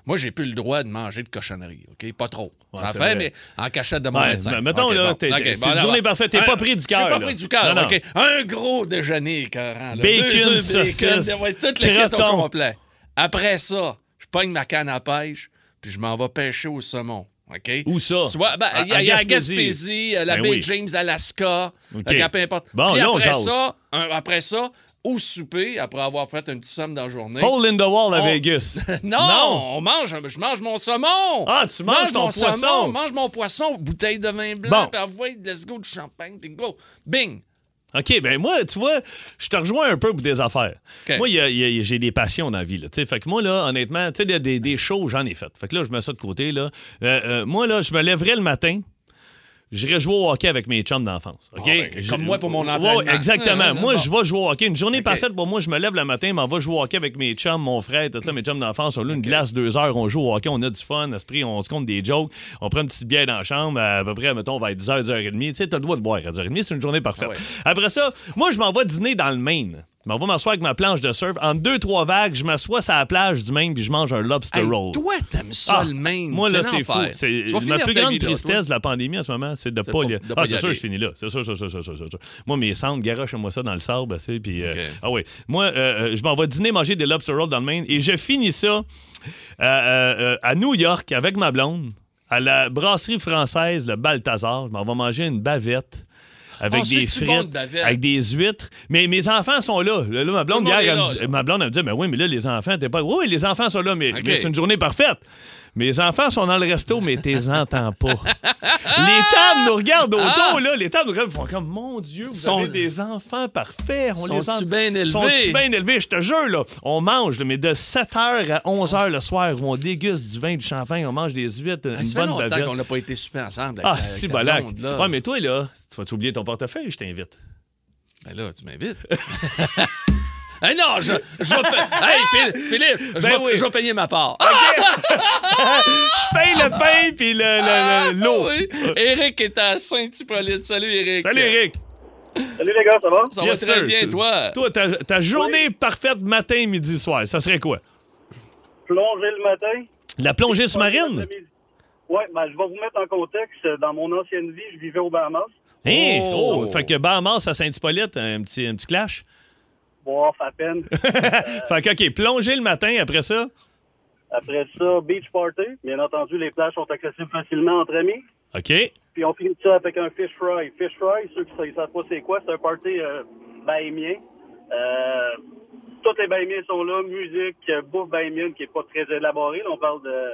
Speaker 1: Moi, j'ai plus le droit de manger de cochonneries, OK? Pas trop.
Speaker 2: Ouais,
Speaker 1: J'en
Speaker 2: c'est
Speaker 1: fais,
Speaker 2: vrai.
Speaker 1: mais en cachette de mon
Speaker 2: Ouais,
Speaker 1: médecin.
Speaker 2: ben, mettons,
Speaker 1: OK,
Speaker 2: là,
Speaker 1: bon,
Speaker 2: t'es-
Speaker 1: OK,
Speaker 2: t'es- c'est
Speaker 1: bon,
Speaker 2: une
Speaker 1: là,
Speaker 2: journée
Speaker 1: bon.
Speaker 2: parfaite, t'es pas
Speaker 1: Un-
Speaker 2: pris du
Speaker 1: Je
Speaker 2: cœur,
Speaker 1: suis pas
Speaker 2: là.
Speaker 1: pris du cœur,
Speaker 2: Non, non.
Speaker 1: OK? Un gros déjeuner, écœurant. là.
Speaker 2: Bacon,
Speaker 1: Deux œufs, bacon,
Speaker 2: saucisse,
Speaker 1: ouais, toute la quête
Speaker 2: croton.
Speaker 1: au complet. Après ça, je pogne ma canne à pêche, puis je m'en vais pêcher au saumon. OK?
Speaker 2: Où ça?
Speaker 1: Soit, ben,
Speaker 2: À-
Speaker 1: il y a,
Speaker 2: à
Speaker 1: il y a
Speaker 2: Gaspésie.
Speaker 1: Gaspésie, euh, la
Speaker 2: Ben
Speaker 1: baie
Speaker 2: oui.
Speaker 1: James, Alaska.
Speaker 2: OK.
Speaker 1: OK, peu importe.
Speaker 2: Bon,
Speaker 1: Puis
Speaker 2: là, on
Speaker 1: après
Speaker 2: jase.
Speaker 1: ça, un- après ça, au souper, après avoir fait un petit somme dans la journée.
Speaker 2: Hole in the wall à
Speaker 1: On-
Speaker 2: Vegas.
Speaker 1: Non, on mange, je mange mon saumon.
Speaker 2: Ah, tu manges
Speaker 1: Mange
Speaker 2: ton
Speaker 1: mon
Speaker 2: poisson.
Speaker 1: saumon, mange mon poisson, bouteille de vin blanc,
Speaker 2: Bon.
Speaker 1: puis envoie, let's go du champagne, puis go. Bing.
Speaker 2: OK, ben moi, tu vois, je te rejoins un peu pour des affaires.
Speaker 1: OK.
Speaker 2: Moi, il y a- il y a- il y a- j'ai des passions dans la vie. Là, tu sais. fait que moi, là, honnêtement, tu sais, des, des, des shows, j'en ai fait. Fait que là, je mets ça de côté. Là. Euh, euh, moi, là, je me lèverais le matin. J'irais jouer au hockey avec mes chums d'enfance. OK?
Speaker 1: Ah, ben,
Speaker 2: Je-
Speaker 1: comme moi pour mon
Speaker 2: Ouais,
Speaker 1: entraînement.
Speaker 2: exactement.
Speaker 1: Hum, hum,
Speaker 2: moi,
Speaker 1: bon.
Speaker 2: je vais jouer au hockey. Une journée
Speaker 1: OK.
Speaker 2: parfaite pour moi, je me lève le matin, m'en vais jouer au hockey avec mes chums, mon frère, tout ça, mes chums d'enfance. On a une glace deux heures, on joue au hockey, on a du fun, à ce prix, on se compte des jokes, on prend une petite bière dans la chambre, à peu près, mettons, on va être 10h, 10h30. Tu sais, t'as le droit de boire à 10h30, c'est une journée parfaite.
Speaker 1: Ah ouais.
Speaker 2: Après ça, moi, je m'en vais dîner dans le Maine. Je m'en vais m'asseoir avec ma planche de surf. En deux, trois vagues, je m'assois sur la plage du Maine puis je mange un lobster
Speaker 1: Hey,
Speaker 2: roll.
Speaker 1: toi, t'aimes ça
Speaker 2: Ah,
Speaker 1: le même.
Speaker 2: Moi, là, c'est fou. C'est- Ma plus grande tristesse de la pandémie en ce moment, c'est de pas
Speaker 1: pas-
Speaker 2: y-
Speaker 1: de pas
Speaker 2: Ah,
Speaker 1: y
Speaker 2: c'est sûr,
Speaker 1: aller.
Speaker 2: je finis là. C'est sûr, c'est sûr, c'est sûr, c'est sûr. Moi, mes cendres, garoche-moi ça dans le sable, tu sais, puis... euh,
Speaker 1: OK.
Speaker 2: Ah oui. Moi, euh, euh, je m'en vais dîner, manger des lobster rolls dans le Maine et je finis ça euh, euh, euh, à New York avec ma blonde, à la brasserie française, le Balthazar. Je m'en vais manger une bavette. Avec
Speaker 1: Ah,
Speaker 2: des
Speaker 1: c'est-tu bon,
Speaker 2: frites,
Speaker 1: de bavette?
Speaker 2: avec des huîtres. Mais mes enfants sont là. Là, ma blonde,
Speaker 1: monde
Speaker 2: hier,
Speaker 1: est
Speaker 2: elle,
Speaker 1: là,
Speaker 2: me dit-
Speaker 1: là.
Speaker 2: ma blonde, elle me dit Mais oui, mais là, les enfants, t'es pas. Oui, oui, les enfants sont là, mais,
Speaker 1: OK.
Speaker 2: mais c'est une journée parfaite. Mes enfants sont dans le resto, mais t'es entends pas. les tables nous regardent autour, là. Les tables nous regardent, font comme Mon Dieu, vous
Speaker 1: Ah! Sont-
Speaker 2: avez des enfants parfaits. On les
Speaker 1: Sont-tu
Speaker 2: en-
Speaker 1: bien élevés?
Speaker 2: Sont-tu bien élevés? Je te jure, là. On mange, là, mais de 7h à 11h le soir, où on déguste du vin, du champagne, on mange des huîtres, une
Speaker 1: Ça fait
Speaker 2: bonne
Speaker 1: longtemps
Speaker 2: bavette.
Speaker 1: qu'on n'a Ah, pas été super ensemble.
Speaker 2: Ah,
Speaker 1: avec ta-
Speaker 2: si,
Speaker 1: avec ta
Speaker 2: balac.
Speaker 1: blonde, là.
Speaker 2: Ouais, mais toi, là, tu vas oublier ton portefeuille, je t'invite.
Speaker 1: Ben là, tu m'invites. Hey non, je, je vais pa- Hey, Phil- Philippe, je, vais,
Speaker 2: Ben oui.
Speaker 1: je vais payer ma part. Ah
Speaker 2: Je paye le pain puis l'eau. Le, le- l'eau.
Speaker 1: Ah, oui. Eric est à Saint-Hippolyte. Salut, Eric.
Speaker 2: Salut, Eric.
Speaker 6: Salut les gars, ça va?
Speaker 1: Ça
Speaker 2: Yes,
Speaker 1: va très
Speaker 2: sir.
Speaker 1: bien, toi.
Speaker 2: Toi, ta, ta journée parfaite matin, midi, soir, ça serait quoi?
Speaker 6: Plonger le matin.
Speaker 2: La plongée sous-marine?
Speaker 6: Oui, ben, je vais vous mettre en contexte. Dans mon ancienne vie, je vivais aux Bahamas.
Speaker 2: Hein?
Speaker 1: Oh.
Speaker 2: Oh, Fait que Bahamas à Saint-Hippolyte, un petit, un petit clash.
Speaker 6: Bof, à peine.
Speaker 2: Fait que, OK, plonger le matin après ça.
Speaker 6: Après ça, beach party. Bien entendu, les plages sont accessibles facilement entre amis.
Speaker 2: OK.
Speaker 6: Puis on finit ça avec un fish fry. Fish fry, ceux qui ne savent pas c'est quoi, c'est un party euh, bahamiens. Euh, toutes les bahamiens sont là. Musique, euh, bouffe bahamienne qui n'est pas très élaborée. Là, on parle de,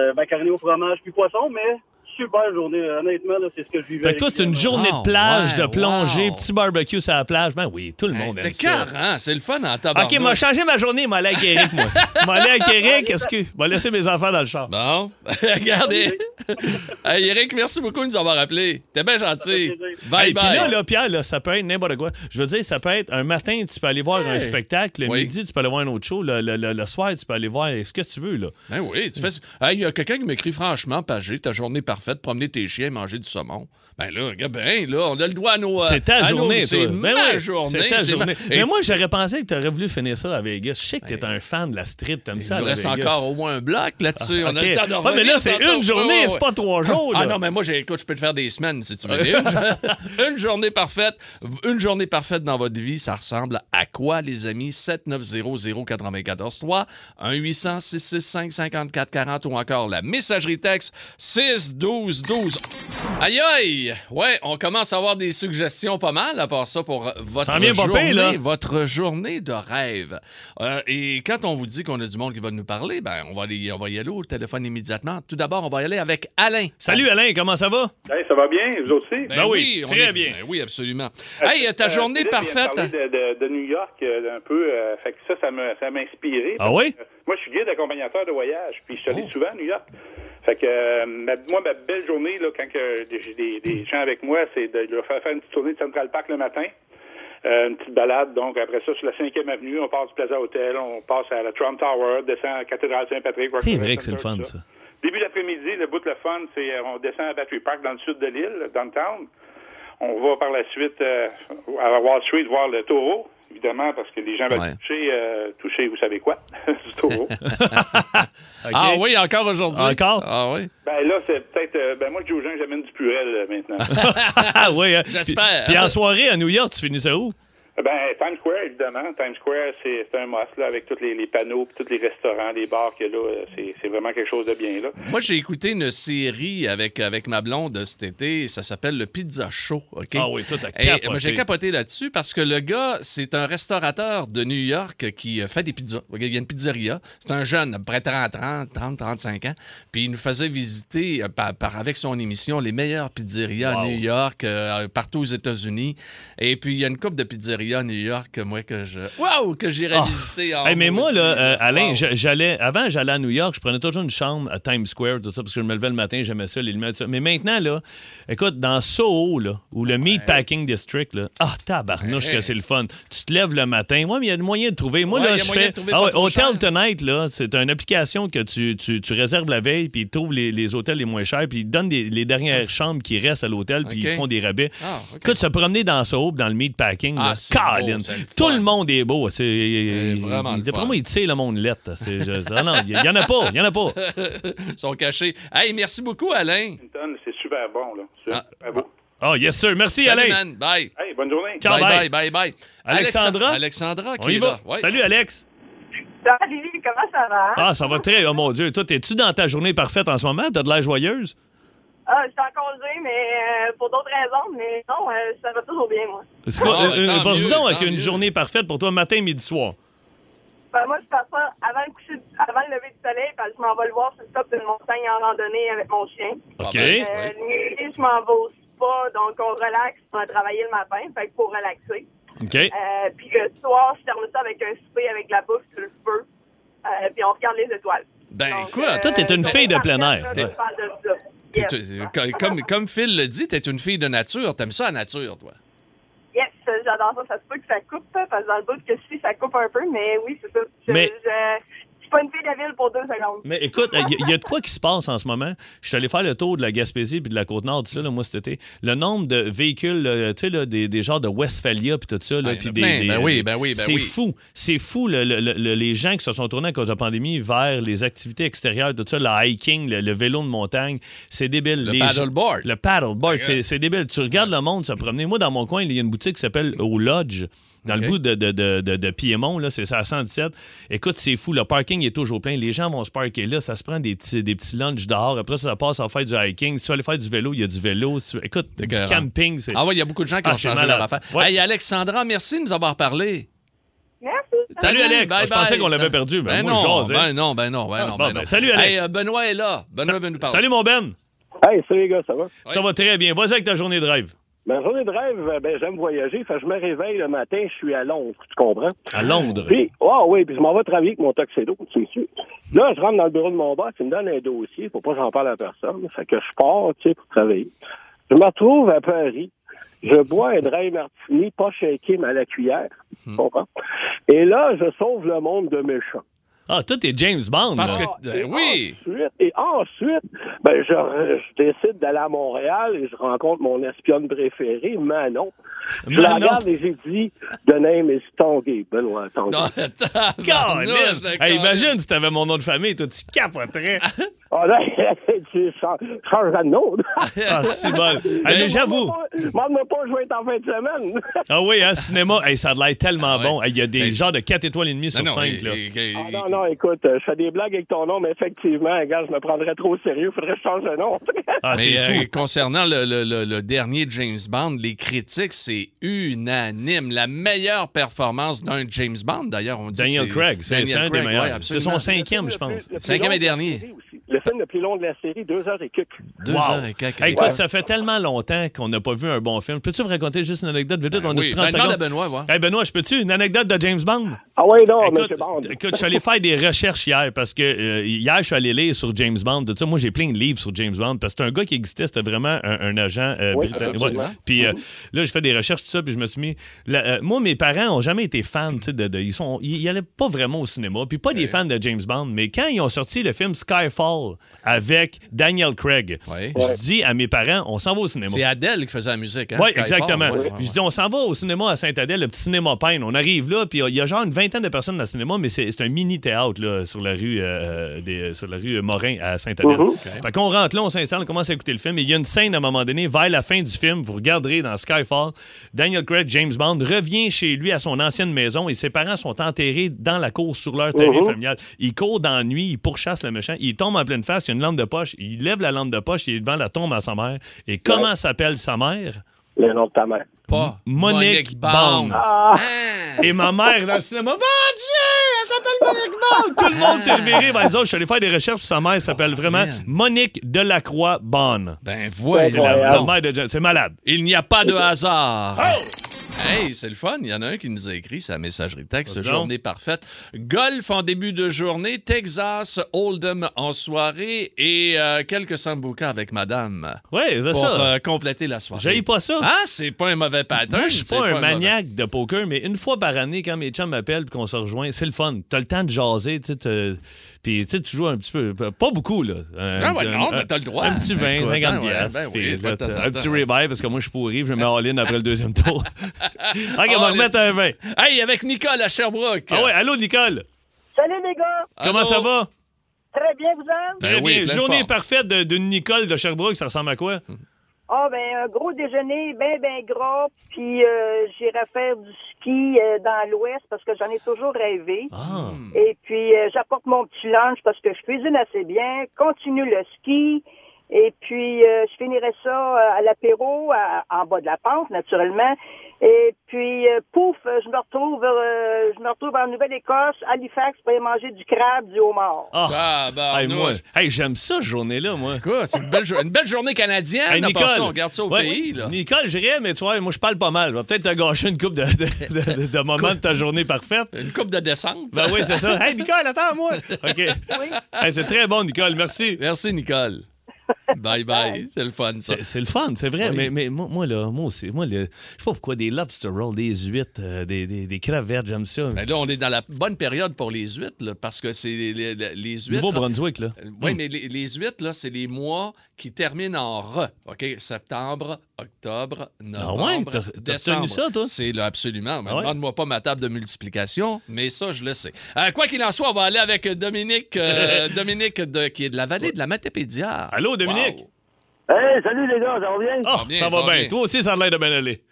Speaker 6: de macaroni au fromage puis poisson, mais super journée. Honnêtement, là, c'est ce que je vivais.
Speaker 2: Fait que toi,
Speaker 6: avec
Speaker 2: c'est une
Speaker 6: lui, là.
Speaker 2: journée
Speaker 1: Ah,
Speaker 2: de plage,
Speaker 1: ouais,
Speaker 2: de plongée,
Speaker 1: wow.
Speaker 2: petit barbecue sur la plage. Ben oui, tout le monde
Speaker 1: C'était
Speaker 2: aime ça.
Speaker 1: carré, c'est le fun en tabarnak.
Speaker 2: OK, m'a changé ma journée, m'a allé à Québec, moi. M'a allé à Québec, qu'est-ce que... M'a laissé mes enfants dans le char.
Speaker 1: Bon, regardez. hey, Eric, merci beaucoup de nous avoir appelés. T'es bien gentil.
Speaker 6: Ça fait plaisir.
Speaker 1: Bye
Speaker 2: Hey, puis
Speaker 1: bye.
Speaker 2: là, là, Pierre, là, ça peut être n'importe quoi. Je veux dire, ça peut être un matin, tu peux aller voir un
Speaker 1: Hey.
Speaker 2: spectacle. Le
Speaker 1: Oui.
Speaker 2: midi, tu peux aller voir un autre show. Le, le- le- le soir, tu peux aller voir ce que tu veux. Là.
Speaker 1: Ben oui, tu fais. Hey, il y a quelqu'un qui m'écrit franchement, Pagé, ta journée parfaite, promener tes chiens, manger du saumon. Ben là, regarde, ben là, on a le droit à nos. euh,
Speaker 2: c'est ta
Speaker 1: à nos-
Speaker 2: journée,
Speaker 1: C'est
Speaker 2: toi.
Speaker 1: ma
Speaker 2: Ben oui,
Speaker 1: journée.
Speaker 2: C'est ta
Speaker 1: c'est ma-
Speaker 2: journée.
Speaker 1: Et
Speaker 2: Mais moi, j'aurais pensé que tu aurais voulu finir ça à Vegas. Je sais que tu es un fan de la strip. T'aimes
Speaker 1: il
Speaker 2: ça,
Speaker 1: nous
Speaker 2: la
Speaker 1: reste
Speaker 2: Vegas.
Speaker 1: encore au moins un bloc là-dessus. On a
Speaker 2: Ah, Ok.
Speaker 1: le temps de
Speaker 2: Ouais,
Speaker 1: revenir
Speaker 2: mais là, c'est
Speaker 1: tantôt.
Speaker 2: une journée,
Speaker 1: Ouais, ouais,
Speaker 2: c'est pas trois jours,
Speaker 1: Ah
Speaker 2: là.
Speaker 1: non, mais moi, j'ai- écoute, je peux te faire des semaines si tu veux. Mais une, jo- une journée parfaite, une journée parfaite dans votre vie, ça ressemble à quoi, les amis? 7900943, 1-800-665-5440 ou encore la messagerie texte 61212. Aïe aïe! Ouais, on commence à avoir des suggestions pas mal à part ça pour votre
Speaker 2: Ça en vient pas
Speaker 1: journée,
Speaker 2: pire, là.
Speaker 1: votre journée de rêve. Euh, et quand on vous dit qu'on a du monde qui va nous parler, ben on va, aller- on va y aller au téléphone immédiatement. Tout d'abord, on va y aller avec Alain.
Speaker 2: Salut, Alain, comment ça va?
Speaker 7: Hey, ça va bien, vous aussi?
Speaker 1: Ben
Speaker 2: Ben
Speaker 1: oui,
Speaker 2: oui,
Speaker 1: on
Speaker 2: très
Speaker 1: est-
Speaker 2: bien.
Speaker 1: ben oui, absolument. Hey, euh, ta
Speaker 7: Euh,
Speaker 1: journée
Speaker 7: Philippe vient de
Speaker 1: parfaite.
Speaker 7: parler De, de, de New York, euh, un peu. euh, fait que ça, ça m'a ça m'a inspiré.
Speaker 2: Ah oui?
Speaker 7: Euh, Moi, je suis guide accompagnateur de voyage, puis je suis allé
Speaker 1: Oh.
Speaker 7: souvent à New York. Fait que euh, ma- moi, ma belle journée, là, quand que j'ai des, des gens avec moi, c'est de leur faire faire une petite tournée de Central Park le matin. Euh, une petite balade, donc après ça, sur la 5e avenue, on passe du Plaza Hotel, on passe à la Trump Tower, descend à la Cathédrale Saint-Patrick.
Speaker 2: C'est
Speaker 7: Rockefeller
Speaker 2: vrai que c'est le
Speaker 7: Center,
Speaker 2: fun,
Speaker 7: tout
Speaker 2: ça.
Speaker 7: Début d'après-midi, le bout de le fun, c'est euh, on descend à Battery Park dans le sud de l'île, downtown. On va par la suite euh, à Wall Street voir le taureau, évidemment, parce que les gens veulent
Speaker 1: Ouais.
Speaker 7: toucher, euh, toucher, vous savez quoi, du taureau.
Speaker 2: OK?
Speaker 1: Ah oui, encore aujourd'hui.
Speaker 2: Hein? Encore?
Speaker 1: Ah oui.
Speaker 7: ben là, c'est peut-être. euh, ben moi, je dis aux gens que j'amène du purel euh, maintenant.
Speaker 2: Ah oui, hein.
Speaker 1: J'espère.
Speaker 2: Puis puis en soirée, à New York, tu finis ça où?
Speaker 7: ben, Times Square, évidemment. Times Square, c'est c'est un must, là, avec tous les, les panneaux, puis tous les restaurants, les bars qu'il y a là. euh, C'est c'est vraiment quelque chose de bien, là.
Speaker 1: Moi, j'ai écouté une série avec, avec ma blonde cet été. Ça s'appelle Le Pizza Show. OK?
Speaker 2: Ah oui, toi, t'as
Speaker 1: Et
Speaker 2: capoté.
Speaker 1: moi, j'ai capoté là-dessus parce que le gars, c'est un restaurateur de New York qui euh, fait des pizzas. Il y a une pizzeria. C'est un jeune, à peu près 30, 30, 30, 35 ans. Puis il nous faisait visiter euh, par, par- avec son émission les meilleures pizzerias à
Speaker 2: Wow.
Speaker 1: New York, euh, partout aux États-Unis. Et puis il y a une coupe de pizzerias à New York, moi, que je. Waouh! Que j'irai
Speaker 2: Ah.
Speaker 1: visiter. en
Speaker 2: Hey, mais moi,
Speaker 1: maudit,
Speaker 2: là, euh, Alain,
Speaker 1: Wow.
Speaker 2: je- j'allais. Avant, j'allais à New York, je prenais toujours une chambre à Times Square, tout ça, parce que je me levais le matin, j'aimais ça, les lumières, tout ça. Mais maintenant, là, écoute, dans Soho, là, ou le Meatpacking District, là, ah, tabarnouche
Speaker 1: Ouais.
Speaker 2: que c'est le fun. Tu te lèves le matin. Moi, mais il y a moyen de trouver. Moi,
Speaker 1: Ouais, il
Speaker 2: là,
Speaker 1: y a
Speaker 2: je
Speaker 1: moyen
Speaker 2: fais.
Speaker 1: de trouver
Speaker 2: Ah
Speaker 1: pas
Speaker 2: ouais,
Speaker 1: trop
Speaker 2: Hotel
Speaker 1: cher.
Speaker 2: Tonight, là, c'est une application que tu, tu, tu réserves la veille, puis ils trouvent les, les hôtels les moins chers, puis ils te donnent des- les dernières chambres qui restent à l'hôtel, puis
Speaker 1: Ah. Ok.
Speaker 2: ils font des rabais.
Speaker 1: Ah, ok.
Speaker 2: Écoute, se promener dans Soho, dans le Meatpacking,
Speaker 1: Ah,
Speaker 2: là,
Speaker 1: c'est beau,
Speaker 2: Colin,
Speaker 1: c'est le
Speaker 2: tout
Speaker 1: fun.
Speaker 2: le monde est beau. C'est,
Speaker 1: vraiment le
Speaker 2: D'après
Speaker 1: fun.
Speaker 2: moi, il tire le monde lettre. C'est- je- ah non, il y, en a pas, il y en a pas.
Speaker 1: Ils sont cachés. Hey, merci beaucoup, Alain.
Speaker 7: Clinton, C'est super bon, là. C'est
Speaker 1: Ah.
Speaker 7: super beau.
Speaker 2: Oh, yes sir, merci
Speaker 1: Salut,
Speaker 2: Alain.
Speaker 1: man. Bye.
Speaker 7: Hey, bonne journée.
Speaker 2: Ciao,
Speaker 1: bye, bye, bye,
Speaker 2: bye.
Speaker 1: bye.
Speaker 2: Alexandra?
Speaker 1: Alexa- Alexandra qui
Speaker 2: On
Speaker 1: est
Speaker 2: y va.
Speaker 1: là. Ouais.
Speaker 2: Salut Alex.
Speaker 8: Salut, comment ça va?
Speaker 2: Ah, ça va très. Oh mon Dieu, toi, es-tu dans ta journée parfaite en ce moment? T'as de l'air joyeuse?
Speaker 8: Ah, je suis en congé, mais euh, pour d'autres raisons, mais non, euh, ça va toujours bien, moi.
Speaker 2: C'est quoi?
Speaker 1: Ah, ben,
Speaker 2: une-
Speaker 1: tant
Speaker 2: euh, vas-y
Speaker 1: mieux,
Speaker 2: donc avec
Speaker 1: tant
Speaker 2: une
Speaker 1: mieux.
Speaker 2: journée parfaite pour toi matin, midi, soir.
Speaker 8: Ben, moi, je passe ça avant le, coucher, avant le lever du soleil, parce que je m'en vais le voir sur le top d'une montagne en randonnée avec mon chien.
Speaker 1: Ah,
Speaker 2: OK.
Speaker 1: ben,
Speaker 8: Euh,
Speaker 1: ouais.
Speaker 8: le midi, je m'en vais au spa, donc on relaxe, on va travailler le matin, fait que pour relaxer.
Speaker 2: OK.
Speaker 8: Euh, puis le soir, je termine ça avec un souper avec de la bouffe sur le feu, euh, puis on regarde les étoiles.
Speaker 1: Ben,
Speaker 8: Donc,
Speaker 1: quoi?
Speaker 2: toi, t'es une
Speaker 8: journée
Speaker 2: fille de plein
Speaker 8: parfaite,
Speaker 2: air.
Speaker 8: là,
Speaker 2: T'es-
Speaker 8: je parle de ça.
Speaker 1: T'es-
Speaker 8: Yes.
Speaker 1: t'es- euh, co- comme, comme Phil le dit, t'es une fille de nature. T'aimes ça la nature, toi.
Speaker 8: Yes, j'adore ça. Ça se peut que ça coupe, parce que dans le bout que si, ça coupe un peu, mais oui, c'est ça. Je,
Speaker 2: Mais-
Speaker 8: je, je suis pas une fille de la ville pour deux secondes.
Speaker 2: Mais écoute, il y, a de quoi qui se passe en ce moment. Je suis allé faire le tour de la Gaspésie puis de la Côte-Nord, tout ça, là, moi, cet été. Le nombre de véhicules, là, tu sais, là, des, des genres de Westphalia puis tout ça. Là,
Speaker 1: Ah, il y en
Speaker 2: puis
Speaker 1: a
Speaker 2: des,
Speaker 1: plein.
Speaker 2: des-
Speaker 1: Ben oui, ben oui, ben
Speaker 2: c'est
Speaker 1: oui.
Speaker 2: fou. C'est fou, le- le- le- les gens qui se sont tournés à cause de la pandémie vers les activités extérieures, tout ça, le hiking, le, le vélo de montagne. C'est débile.
Speaker 1: Le
Speaker 2: Les-
Speaker 1: paddleboard.
Speaker 2: Le paddleboard, c'est c'est débile. Tu regardes le monde se promener. Moi, dans mon coin, il y a une boutique qui s'appelle Au Lodge. Dans
Speaker 1: OK.
Speaker 2: le bout de, de, de, de- de Piémont, là, c'est ça, à 117. Écoute, c'est fou. Le parking est toujours plein. Les gens vont se parker là. Ça se prend des petits, des petits lunchs dehors. Après, ça passe à faire du hiking. Si tu veux aller faire du vélo, il y a du vélo. Si tu- Écoute, du
Speaker 1: Écœurant.
Speaker 2: camping. c'est-
Speaker 1: Ah ouais, il y a beaucoup de gens qui
Speaker 2: Ah,
Speaker 1: ont
Speaker 2: c'est
Speaker 1: changé
Speaker 2: malade.
Speaker 1: leur affaire.
Speaker 2: Ouais.
Speaker 1: Hey, Alexandra, merci de nous avoir parlé.
Speaker 8: Merci.
Speaker 2: Salut, Alex. Ah, je pensais qu'on
Speaker 1: Ça-
Speaker 2: l'avait perdu, mais
Speaker 1: Ben
Speaker 2: moi, je
Speaker 1: non,
Speaker 2: jasais.
Speaker 1: ben non, ben non, ben
Speaker 2: Ah,
Speaker 1: non,
Speaker 2: bon,
Speaker 1: ben
Speaker 2: ben,
Speaker 1: non.
Speaker 2: salut, Alex.
Speaker 1: Hey, euh, Benoît est là. Benoît veut nous parler.
Speaker 2: Salut, mon Ben.
Speaker 9: Hey, salut les gars, ça va?
Speaker 2: Ça va très bien. Vas-y avec ta journée de rêve.
Speaker 9: Ma journée de rêve, euh, ben, j'aime voyager. Fait que je me réveille le matin, je suis à Londres, tu comprends?
Speaker 2: À Londres.
Speaker 9: Puis, ah oui, puis je m'en vais travailler avec mon tuxedo, tu sais. Là, je rentre dans le bureau de mon boss, il me donne un dossier, faut pas que j'en parle à personne. Fait que je pars, tu sais, pour travailler. Je me retrouve à Paris. Je bois un dry martini, pas shaké, mais à la cuillère. Tu comprends? Et là, je sauve le monde de méchants.
Speaker 2: Ah, toi, t'es James Bond.
Speaker 1: Parce
Speaker 2: là.
Speaker 1: que.
Speaker 9: Et
Speaker 1: euh, oui!
Speaker 9: ensuite- et ensuite, ben, je, je décide d'aller à Montréal et je rencontre mon espionne préférée, Manon. Je la
Speaker 2: Manon.
Speaker 9: regarde et j'ai dit, The name is Tanguay, Benoît Tanguay.
Speaker 1: Non, attends,
Speaker 2: Colin!
Speaker 1: barnouche, le
Speaker 2: Hey,
Speaker 1: Colin.
Speaker 2: imagine si t'avais mon nom de famille, toi, tu capoterais.
Speaker 9: Ah là, tu changes changes de nom.
Speaker 1: Euh,
Speaker 2: ah, c'est bon.
Speaker 1: Ben,
Speaker 2: Hey, mais j'avoue.
Speaker 9: Mande-moi pas jouer en fin de semaine.
Speaker 2: Ah oui, hein, cinéma, hey, ça a l'air tellement
Speaker 1: Ah ouais.
Speaker 2: bon. Hey, Il y a des
Speaker 1: Mais-
Speaker 2: genres de 4 étoiles et demie sur
Speaker 1: Non, non,
Speaker 2: 5.
Speaker 1: et-
Speaker 2: là.
Speaker 1: et- et-
Speaker 9: Ah non, non, écoute, euh, je fais des blagues avec ton nom, mais effectivement, gars, je me prendrais trop au sérieux. Faudrait que je change de nom.
Speaker 2: Ah, c'est
Speaker 1: Mais,
Speaker 2: fou.
Speaker 1: euh, concernant le, le- le- le dernier James Bond, les critiques, c'est unanime. La meilleure performance d'un James Bond, d'ailleurs, on dit. que
Speaker 2: Daniel
Speaker 1: c'est-
Speaker 2: Craig, c'est c'est
Speaker 1: Daniel
Speaker 2: un des
Speaker 1: Craig, ouais,
Speaker 2: meilleurs. c'est
Speaker 1: absolument.
Speaker 2: son cinquième, je pense.
Speaker 9: Le plus
Speaker 1: Cinquième
Speaker 9: long
Speaker 1: et
Speaker 9: de la
Speaker 1: dernier.
Speaker 9: série aussi. Le film le plus long de la série, deux heures et quelques.
Speaker 1: Deux
Speaker 2: Wow.
Speaker 1: heures et quelques.
Speaker 2: Ah. Hey, écoute, ça fait tellement longtemps qu'on n'a pas vu un bon film. Peux-tu me raconter juste une anecdote? Vite, vite, on a
Speaker 1: oui.
Speaker 2: juste 30
Speaker 1: Ben, demande
Speaker 2: secondes.
Speaker 1: à Benoît, voir.
Speaker 2: Hey, Benoît, je peux-tu une anecdote de James Bond?
Speaker 9: Ah ouais, non,
Speaker 2: Écoute,
Speaker 9: monsieur Bond.
Speaker 1: euh,
Speaker 2: écoute, je suis allé faire des recherches hier parce que euh, hier, je suis allé lire sur James Bond. Tu sais, moi, j'ai plein de livres sur James Bond parce que c'est un gars qui existait. C'était vraiment un, un agent euh,
Speaker 9: Oui,
Speaker 2: britannique.
Speaker 9: absolument. Mm-hmm.
Speaker 2: Puis euh, là, j'ai fait des recherches, tout ça, puis je me suis mis. là, euh, moi, mes parents ont jamais été fans. tu sais, De, de- ils sont, ils, ils allaient pas vraiment au cinéma, puis pas des fans de James Bond. Mais quand ils ont sorti le film Skyfall avec Daniel Craig,
Speaker 1: Ouais.
Speaker 2: je dis à mes parents, on s'en va au cinéma.
Speaker 1: C'est Adèle qui faisait la musique. Hein,
Speaker 2: Oui,
Speaker 1: Skyfall,
Speaker 2: exactement.
Speaker 1: ouais, ouais,
Speaker 2: Puis je
Speaker 1: ouais.
Speaker 2: dis, on s'en va au cinéma à Saint-Adèle, le petit cinéma peine. On arrive là, puis il y a genre une vingtaine de personnes dans le cinéma, mais c'est c'est un mini-théâtre là, sur, la rue, euh, des- sur la rue Morin à Saint-Adèle. Fait qu'on rentre là, on s'installe, on commence à écouter le film, et il y a une scène à un moment donné, vers la fin du film, vous regarderez dans Skyfall, Daniel Craig, James Bond, revient chez lui à son ancienne maison, et ses parents sont enterrés dans la cour sur leur terrain familial. Il court dans la nuit, il pourchasse le méchant, il tombe en pleine face, il y a une lampe de poche, il lève la lampe de poche, il est devant la tombe à sa mère. Et comment s'appelle sa mère?
Speaker 9: Le nom de ta mère.
Speaker 1: Pas
Speaker 2: Monique
Speaker 1: Bond. Hein?
Speaker 2: Bond. Et ma mère dans le cinéma, mon Dieu, elle s'appelle Monique Bond. Tout le monde s'est reviré. Ben, disons, je suis allé faire des recherches sur sa mère, elle s'appelle vraiment
Speaker 1: man.
Speaker 2: Monique Delacroix Bond.
Speaker 1: Ben
Speaker 2: C'est la,
Speaker 1: voilà.
Speaker 2: la
Speaker 1: donc.
Speaker 2: mère de John- C'est malade.
Speaker 1: Il n'y a pas de hasard. Hey, c'est le fun. Il y en a un qui nous a écrit sa messagerie texte.
Speaker 2: Oh! Vas-y donc.
Speaker 1: Journée parfaite. Golf en début de journée. Texas, Oldham en soirée. Et euh, quelques sambuca avec madame.
Speaker 2: Ouais, c'est
Speaker 1: Pour
Speaker 2: ça.
Speaker 1: euh, compléter la soirée.
Speaker 2: J'aille pas ça.
Speaker 1: Ah, c'est pas un mauvais pattern.
Speaker 2: Moi, je suis
Speaker 1: c'est
Speaker 2: pas un
Speaker 1: mauvais-
Speaker 2: maniaque de poker, mais une fois par année, quand mes chums m'appellent et qu'on se rejoint, c'est le fun. T'as le temps de jaser, tu sais, te- puis tu sais, tu joues un petit peu. Pas beaucoup, là. Un-
Speaker 1: Ah ouais,
Speaker 2: un-
Speaker 1: non,
Speaker 2: un-
Speaker 1: mais t'as le droit.
Speaker 2: Un petit 20,
Speaker 1: Écoute,
Speaker 2: 50
Speaker 1: hein, ouais,
Speaker 2: piastres,
Speaker 1: ben oui,
Speaker 2: puis
Speaker 1: une fois de temps en
Speaker 2: Un petit
Speaker 1: temps.
Speaker 2: rebuy parce que moi, je suis pourri, puis je me mets en ligne après le deuxième tour. OK, on
Speaker 1: Oh,
Speaker 2: va remettre un 20.
Speaker 1: Hey, avec Nicole à Sherbrooke.
Speaker 2: Ah ouais, allô, Nicole.
Speaker 8: Salut les gars!
Speaker 1: Allô?
Speaker 2: Comment ça va?
Speaker 8: Très bien, vous êtes?
Speaker 1: Ben oui,
Speaker 2: Très
Speaker 1: Hmm.
Speaker 2: bien.
Speaker 1: pleine
Speaker 2: Journée
Speaker 1: forme.
Speaker 2: parfaite de- d'une Nicole de Sherbrooke, ça ressemble à quoi?
Speaker 8: Ah, ben, un gros déjeuner, ben, ben gras, puis euh, j'irai faire du ski euh, dans l'Ouest parce que j'en ai toujours rêvé.
Speaker 2: Ah.
Speaker 8: Et puis, euh, j'apporte mon petit lunch parce que je cuisine assez bien, continue le ski, et puis euh, je finirai ça euh, à l'apéro, à- en bas de la pente, naturellement. Et puis, euh, pouf, euh, je me retrouve euh, je me retrouve en Nouvelle-Écosse, Halifax, pour aller manger du crabe, du homard.
Speaker 1: Ah, bah,
Speaker 2: Hey, moi, hey, j'aime ça, cette journée-là, moi.
Speaker 1: Quoi, c'est une belle, jo- une belle journée canadienne.
Speaker 2: Hey,
Speaker 1: en
Speaker 2: Nicole,
Speaker 1: passant, on regarde ça au
Speaker 2: Ouais.
Speaker 1: pays. Là.
Speaker 2: Nicole, je dirais, mais tu vois, moi, je parle pas mal. Je vais peut-être te gâcher une coupe de, de- de- de- de moments de ta journée parfaite.
Speaker 1: Une coupe de descente.
Speaker 2: Ben oui, c'est ça. Hey, Nicole, attends-moi. OK. Hey, c'est très bon, Nicole. Merci.
Speaker 1: Merci, Nicole. Bye bye. C'est le fun, ça.
Speaker 2: C'est- C'est le fun, c'est vrai,
Speaker 1: Oui.
Speaker 2: mais, mais moi, moi, là, moi aussi, moi, le- je sais pas pourquoi, des lobster rolls, des huîtres, euh, des, des, des crevettes, j'aime ça.
Speaker 1: Ben là, on est dans la bonne période pour les huîtres, là, parce que c'est les, les- les- les huîtres. hein. euh,
Speaker 2: Nouveau-Brunswick, là.
Speaker 1: Oui, mais les, les huîtres, là, c'est les mois qui terminent en re. OK? Septembre, octobre, novembre.
Speaker 2: Ah ouais? T'as- t'as
Speaker 1: décembre.
Speaker 2: retenu ça, toi?
Speaker 1: C'est là, absolument. Mais
Speaker 2: Ah ouais?
Speaker 1: Demande-moi pas ma table de multiplication, mais ça, je le sais. Euh, quoi qu'il en soit, on va aller avec Dominique, euh, Dominique de, qui est de la vallée de la Matépédia.
Speaker 2: Allô, Dominique?
Speaker 1: Wow.
Speaker 9: Hey, salut les gars, ça va bien?
Speaker 2: Ah,
Speaker 1: va bien,
Speaker 2: ça va
Speaker 1: ça va
Speaker 2: bien.
Speaker 1: bien.
Speaker 2: Toi aussi, ça a l'air de bien aller.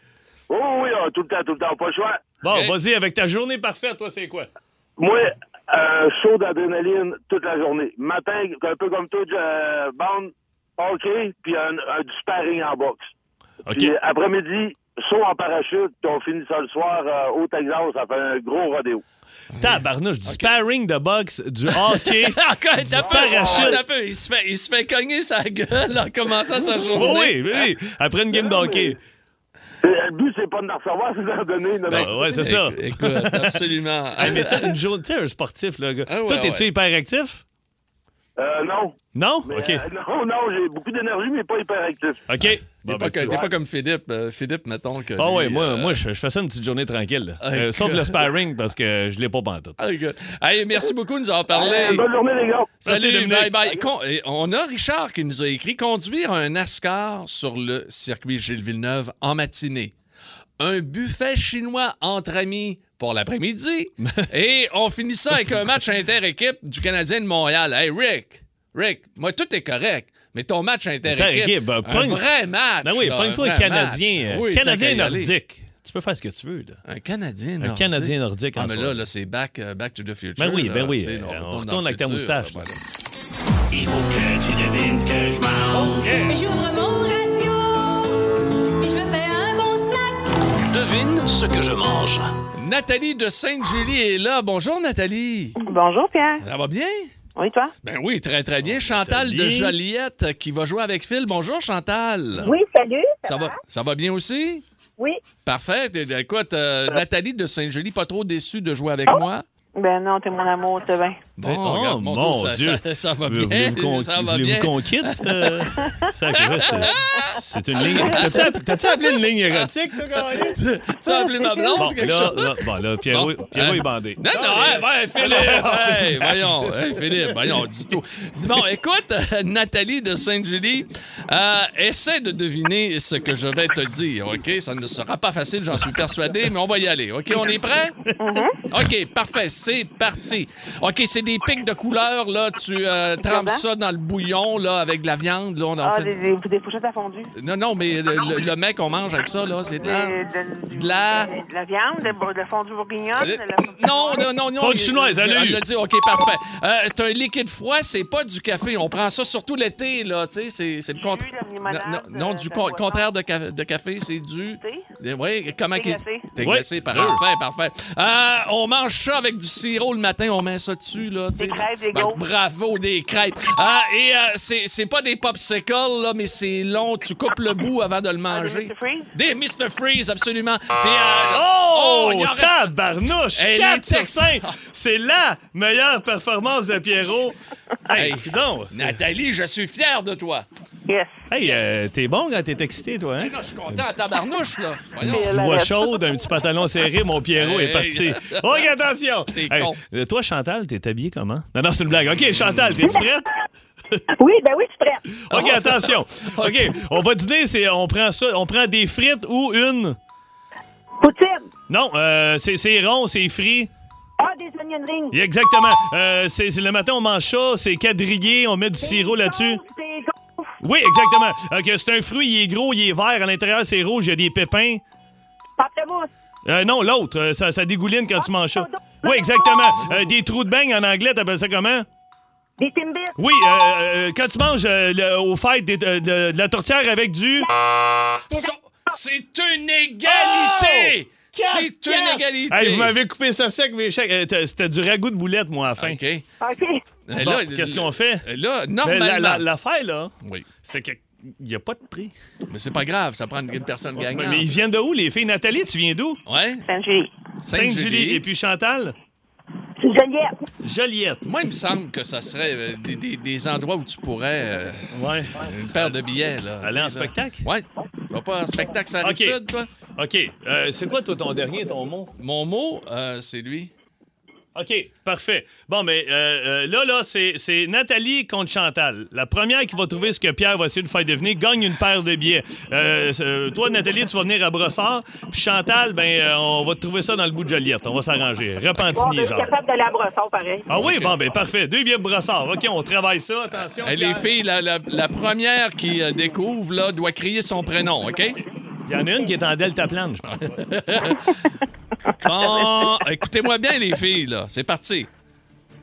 Speaker 9: Oh oui, ah, tout le temps, tout le temps, pas le choix.
Speaker 2: Bon,
Speaker 1: Ok.
Speaker 2: vas-y, avec ta journée parfaite, toi, c'est quoi?
Speaker 9: Moi, euh, chaud d'adrénaline toute la journée. Matin, un peu comme toi, euh, bande, hockey, puis un, un- du sparring en boxe.
Speaker 2: OK.
Speaker 9: Puis après-midi, saut en parachute, puis on finit ça le soir euh, au Texas. Ça fait un gros rodéo.
Speaker 2: Tabarnouche, du sparring de boxe, du hockey.
Speaker 1: Encore,
Speaker 2: Du
Speaker 1: Ah, t'as peu,
Speaker 2: parachute.
Speaker 1: t'as peu. Il se fait, il se fait cogner sa gueule en commençant sa
Speaker 2: Oui,
Speaker 1: journée.
Speaker 2: oui, oui, oui. Après une game de hockey.
Speaker 9: C'est- Euh, Le but, c'est pas de nous recevoir, c'est de leur donner. Non,
Speaker 2: Ah, ouais, c'est ça.
Speaker 1: Éc- Écoute, absolument.
Speaker 2: Hey, mais tu sais, une journée, tu sais, un sportif, là. gars.
Speaker 1: Ah ouais,
Speaker 2: Toi, t'es-tu
Speaker 1: ouais.
Speaker 2: hyper actif?
Speaker 9: Euh, non.
Speaker 2: Non?
Speaker 9: Mais,
Speaker 2: OK.
Speaker 9: euh, non, non, j'ai beaucoup d'énergie, mais pas hyperactif.
Speaker 2: OK. Bon,
Speaker 1: T'es
Speaker 2: ben,
Speaker 1: pas,
Speaker 2: tu
Speaker 1: que-
Speaker 2: vois.
Speaker 1: t'es pas comme Philippe. Euh, Philippe, mettons que.
Speaker 2: Ah
Speaker 1: lui,
Speaker 2: ouais, moi,
Speaker 1: euh,
Speaker 2: moi je, je fais ça une petite journée tranquille. là.
Speaker 1: Ah,
Speaker 2: Euh,
Speaker 1: écoute.
Speaker 2: sauf le sparring parce que je l'ai pas pantoute.
Speaker 1: ah, écoute. Hey, merci beaucoup de nous avoir
Speaker 9: Euh,
Speaker 1: parlé.
Speaker 9: Bonne journée, les gars.
Speaker 2: Merci,
Speaker 1: Salut,
Speaker 2: Dominique.
Speaker 1: bye bye. Con- et on a Richard qui nous a écrit conduire un NASCAR sur le circuit Gilles Villeneuve en matinée. Un buffet chinois entre amis pour l'après-midi. Et on finit ça avec un match inter-équipe du Canadien de Montréal. Hey, Rick, Rick, moi, tout est correct. Mais ton match
Speaker 2: Inter-équipe,
Speaker 1: inter-équipe,
Speaker 2: ben,
Speaker 1: un
Speaker 2: pogne-
Speaker 1: vrai match.
Speaker 2: Ben oui,
Speaker 1: là, un
Speaker 2: pogne-toi un
Speaker 1: vrai
Speaker 2: Canadien.
Speaker 1: match.
Speaker 2: euh,
Speaker 1: Oui,
Speaker 2: Canadien
Speaker 1: t'as qu'à y aller.
Speaker 2: nordique. Tu peux faire ce que tu veux, là.
Speaker 1: Un Canadien
Speaker 2: Un
Speaker 1: nordique.
Speaker 2: Canadien nordique
Speaker 1: Ah,
Speaker 2: en
Speaker 1: mais
Speaker 2: soi.
Speaker 1: là, là c'est back, euh, back to the Future.
Speaker 2: Ben oui,
Speaker 1: là,
Speaker 2: ben oui,
Speaker 1: tu sais,
Speaker 2: euh, on
Speaker 1: dans
Speaker 2: retourne
Speaker 1: le
Speaker 2: avec ta
Speaker 1: futur,
Speaker 2: moustache,
Speaker 1: voilà.
Speaker 5: Il faut que tu devines ce que je mange.
Speaker 10: J'ouvre mon radio, puis je me fais un bon snack.
Speaker 5: Devine ce que je mange.
Speaker 1: Nathalie de Sainte-Julie est là. Bonjour, Nathalie.
Speaker 8: Bonjour, Pierre.
Speaker 1: Ça va bien?
Speaker 8: Oui, toi?
Speaker 1: Ben oui, très, très bien. Chantal de
Speaker 2: Oh, Nathalie.
Speaker 1: Joliette euh, qui va jouer avec Phil. Bonjour, Chantal.
Speaker 10: Oui, salut.
Speaker 1: Ça va, ça va bien aussi?
Speaker 10: Oui.
Speaker 1: Parfait. Eh bien, Écoute, euh, Nathalie de Sainte-Julie, pas trop déçue de jouer avec moi?
Speaker 8: Ben non, t'es mon amour, c'est bien.
Speaker 1: Bon,
Speaker 2: Oh,
Speaker 1: regarde,
Speaker 2: mon
Speaker 1: dos, ça-
Speaker 2: Dieu.
Speaker 1: Ça, ça va
Speaker 2: Vous-
Speaker 1: bien.
Speaker 2: voulez-vous qu'on-
Speaker 1: ça va
Speaker 2: voulez-vous
Speaker 1: bien.
Speaker 2: qu'on quitte? euh, sacré, c'est- c'est une ligne. T'as-tu app- T'as-tu appelé une ligne érotique, toi, Caroline?
Speaker 1: Tu as appelé ma blonde
Speaker 2: Bon,
Speaker 1: quelque
Speaker 2: là,
Speaker 1: chose?
Speaker 2: là, bon, là, Pierrot,
Speaker 1: Bon,
Speaker 2: Pierrot
Speaker 1: hein?
Speaker 2: est bandé.
Speaker 1: Non, non, hey, ben, Philippe, hey, voyons, hey, Philippe, voyons, du tout. Bon, écoute, Nathalie de Sainte-Julie, euh, essaie de deviner ce que je vais te dire, OK? Ça ne sera pas facile, j'en suis persuadé, mais on va y aller, OK? On est prêt? OK, parfait, c'est parti. OK, c'est des pics de couleur, là, tu euh, trempes ça dans le bouillon, là, avec de la viande, là, on en fait...
Speaker 8: Ah, des, des pochettes à fondue.
Speaker 1: Non, non, mais le, le- le mec, on mange avec ça, là, c'est de la... Ah. de la-
Speaker 8: de la viande, de, la fondue bourguignonne.
Speaker 1: Euh, Non, non, non, non.
Speaker 2: Fondue
Speaker 1: il-
Speaker 2: chinoise, elle l'a eu.
Speaker 1: Elle dit, OK, parfait. Euh, c'est un liquide froid, c'est pas du café. On prend ça surtout l'été, là, tu sais, c'est, c'est le contraire.
Speaker 8: de limonade,
Speaker 1: Non, non,
Speaker 8: euh,
Speaker 1: du
Speaker 8: de
Speaker 1: con-
Speaker 8: boisson.
Speaker 1: contraire de, ca- de café, c'est du... Eh, Oui, comment
Speaker 8: Thé
Speaker 1: qu'il...
Speaker 8: glacé.
Speaker 1: Thé
Speaker 2: Oui.
Speaker 1: glacé, parfait, parfait. Euh, on mange ça avec du sirop le matin, on met ça dessus, là, tu sais.
Speaker 8: Des crêpes, des
Speaker 1: Ben,
Speaker 8: gaufres.
Speaker 1: Bravo, des crêpes. Ah, et euh, c'est, c'est pas des popsicles, là, mais c'est long, tu coupes le bout avant
Speaker 8: Ah,
Speaker 1: de le manger. Des Mr. Freeze, absolument. Puis, euh,
Speaker 2: Oh,
Speaker 1: il en reste-
Speaker 2: tabarnouche!
Speaker 1: Hey,
Speaker 2: 4
Speaker 1: les
Speaker 2: sur
Speaker 1: textes-
Speaker 2: 5! C'est la meilleure performance de Pierrot.
Speaker 1: Hey.
Speaker 2: Hey, donc!
Speaker 1: Nathalie, je suis fier de toi.
Speaker 8: Yes.
Speaker 2: Hey, euh, t'es bon quand t'es excité, toi, hein?
Speaker 1: Je suis content à tabarnouche, là. Voyons.
Speaker 8: Mais-
Speaker 2: Petite voix chaude, un petit pantalon serré, mon Pierrot
Speaker 1: Hey.
Speaker 2: est parti. OK, attention!
Speaker 1: T'es con.
Speaker 2: euh, Toi, Chantal, t'es habillée comment? Non, non, c'est une blague. OK, Chantal, t'es prête?
Speaker 10: Oui, ben oui, je suis prête.
Speaker 2: OK, attention. OK, on va dîner, c'est, on prend ça, on prend des frites ou une...
Speaker 10: Poutine.
Speaker 2: Non, euh, c'est, c'est rond, c'est frit.
Speaker 10: Ah, des onion rings.
Speaker 2: Exactement. Euh, c'est, c'est le matin, on mange ça, c'est quadrillé, on met du sirop là-dessus.
Speaker 10: Des
Speaker 2: Oui, exactement. OK, c'est un fruit, il est gros, il est vert, à l'intérieur, c'est rouge, il y a des pépins.
Speaker 10: pamplemousses.
Speaker 2: Euh, non, l'autre, euh, ça, ça dégouline quand tu manges ça. Oui, exactement. Euh, des trous de beigne en anglais, t'appelles ça comment?
Speaker 10: Des timbits.
Speaker 2: Oui, euh, euh, quand tu manges euh, le- au fait des- de, de- de la tourtière avec du...
Speaker 1: So- C'est une égalité! C'est une égalité!
Speaker 2: Oh! Hey, vous m'avez coupé ça sec, mes chèques. Euh, t'as- c'était du ragoût de boulette, moi, à la fin.
Speaker 1: OK. Euh,
Speaker 10: OK.
Speaker 2: Bon,
Speaker 1: là,
Speaker 2: qu'est-ce
Speaker 1: le-
Speaker 2: qu'on fait?
Speaker 1: euh, Là,
Speaker 2: Mais
Speaker 1: normalement...
Speaker 2: la- la- L'affaire, là,
Speaker 1: Oui,
Speaker 2: c'est qu'il n'y a pas de prix.
Speaker 1: mais c'est pas grave, ça prend une, une personne gagnante.
Speaker 2: Mais, mais ils viennent de où, les filles? Nathalie, tu viens d'où?
Speaker 1: Ouais,
Speaker 8: Sainte-Julie.
Speaker 2: Sainte-Julie. Et puis Chantal?
Speaker 10: Joliette.
Speaker 2: Joliette.
Speaker 1: Moi, il me semble que ça serait euh, des, des- des endroits où tu pourrais... euh,
Speaker 2: Ouais.
Speaker 1: une paire de billets, là. Tu
Speaker 2: Aller
Speaker 1: sais,
Speaker 2: en
Speaker 1: là.
Speaker 2: spectacle?
Speaker 1: Ouais. Tu vas pas en spectacle, ça arrive
Speaker 2: OK.
Speaker 1: sud, toi?
Speaker 2: OK. Euh, c'est quoi, toi, ton dernier, ton mot?
Speaker 1: Mon mot, euh, c'est lui.
Speaker 2: OK, parfait. Bon, mais euh, euh, là, là, c'est c'est Nathalie contre Chantal. La première qui va trouver ce que Pierre va essayer de faire devenir gagne une paire de billets. Euh, c'est- euh, toi, Nathalie, tu vas venir à Brossard. Puis Chantal, ben, euh, on va te trouver ça dans le bout de Joliette. On va s'arranger. Repentini,
Speaker 8: ben,
Speaker 2: genre.
Speaker 8: d'aller à Brosson, pareil.
Speaker 2: Ah oui,
Speaker 1: OK.
Speaker 2: bon, ben, parfait. Deux billets de Brossard. OK, on travaille ça. Attention.
Speaker 1: Hey, Euh, les
Speaker 2: Pierre.
Speaker 1: filles, la, la- la première qui euh, découvre, là, doit crier son prénom, OK?
Speaker 2: Il y en a une qui est en delta plane, je pense.
Speaker 1: Quand... Écoutez-moi bien, les filles, là. C'est parti.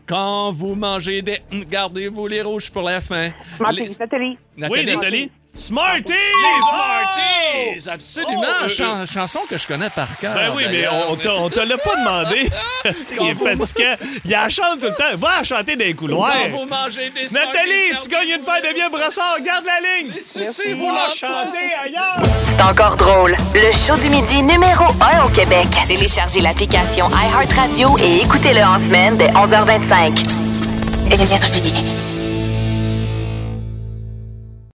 Speaker 1: Quand vous mangez des... Gardez-vous hum, les rouges pour la fin. Les-
Speaker 8: Nathalie.
Speaker 1: Nathalie? Oh!
Speaker 2: Oui, Nathalie? Smarties!
Speaker 1: Les
Speaker 2: Oh!
Speaker 1: Smarties! Absolument!
Speaker 2: Oh, euh,
Speaker 1: Chan- chanson que je connais par cœur.
Speaker 2: Ben oui, mais
Speaker 1: d'ailleurs,
Speaker 2: on, t'a- on te l'a pas demandé. Il est fatiguant. Il la chante tout le temps. Va la chanter dans les couloirs.
Speaker 1: Quand vous mangez des
Speaker 2: Nathalie, tu gagnes une paire de billets brassard. Garde la ligne.
Speaker 1: Sucez-vous
Speaker 2: Va
Speaker 1: la
Speaker 2: chanter ailleurs.
Speaker 11: C'est encore drôle. Le show du midi numéro 1 au Québec. Téléchargez l'application iHeartRadio et écoutez-le en semaine dès 11h25. Énergie.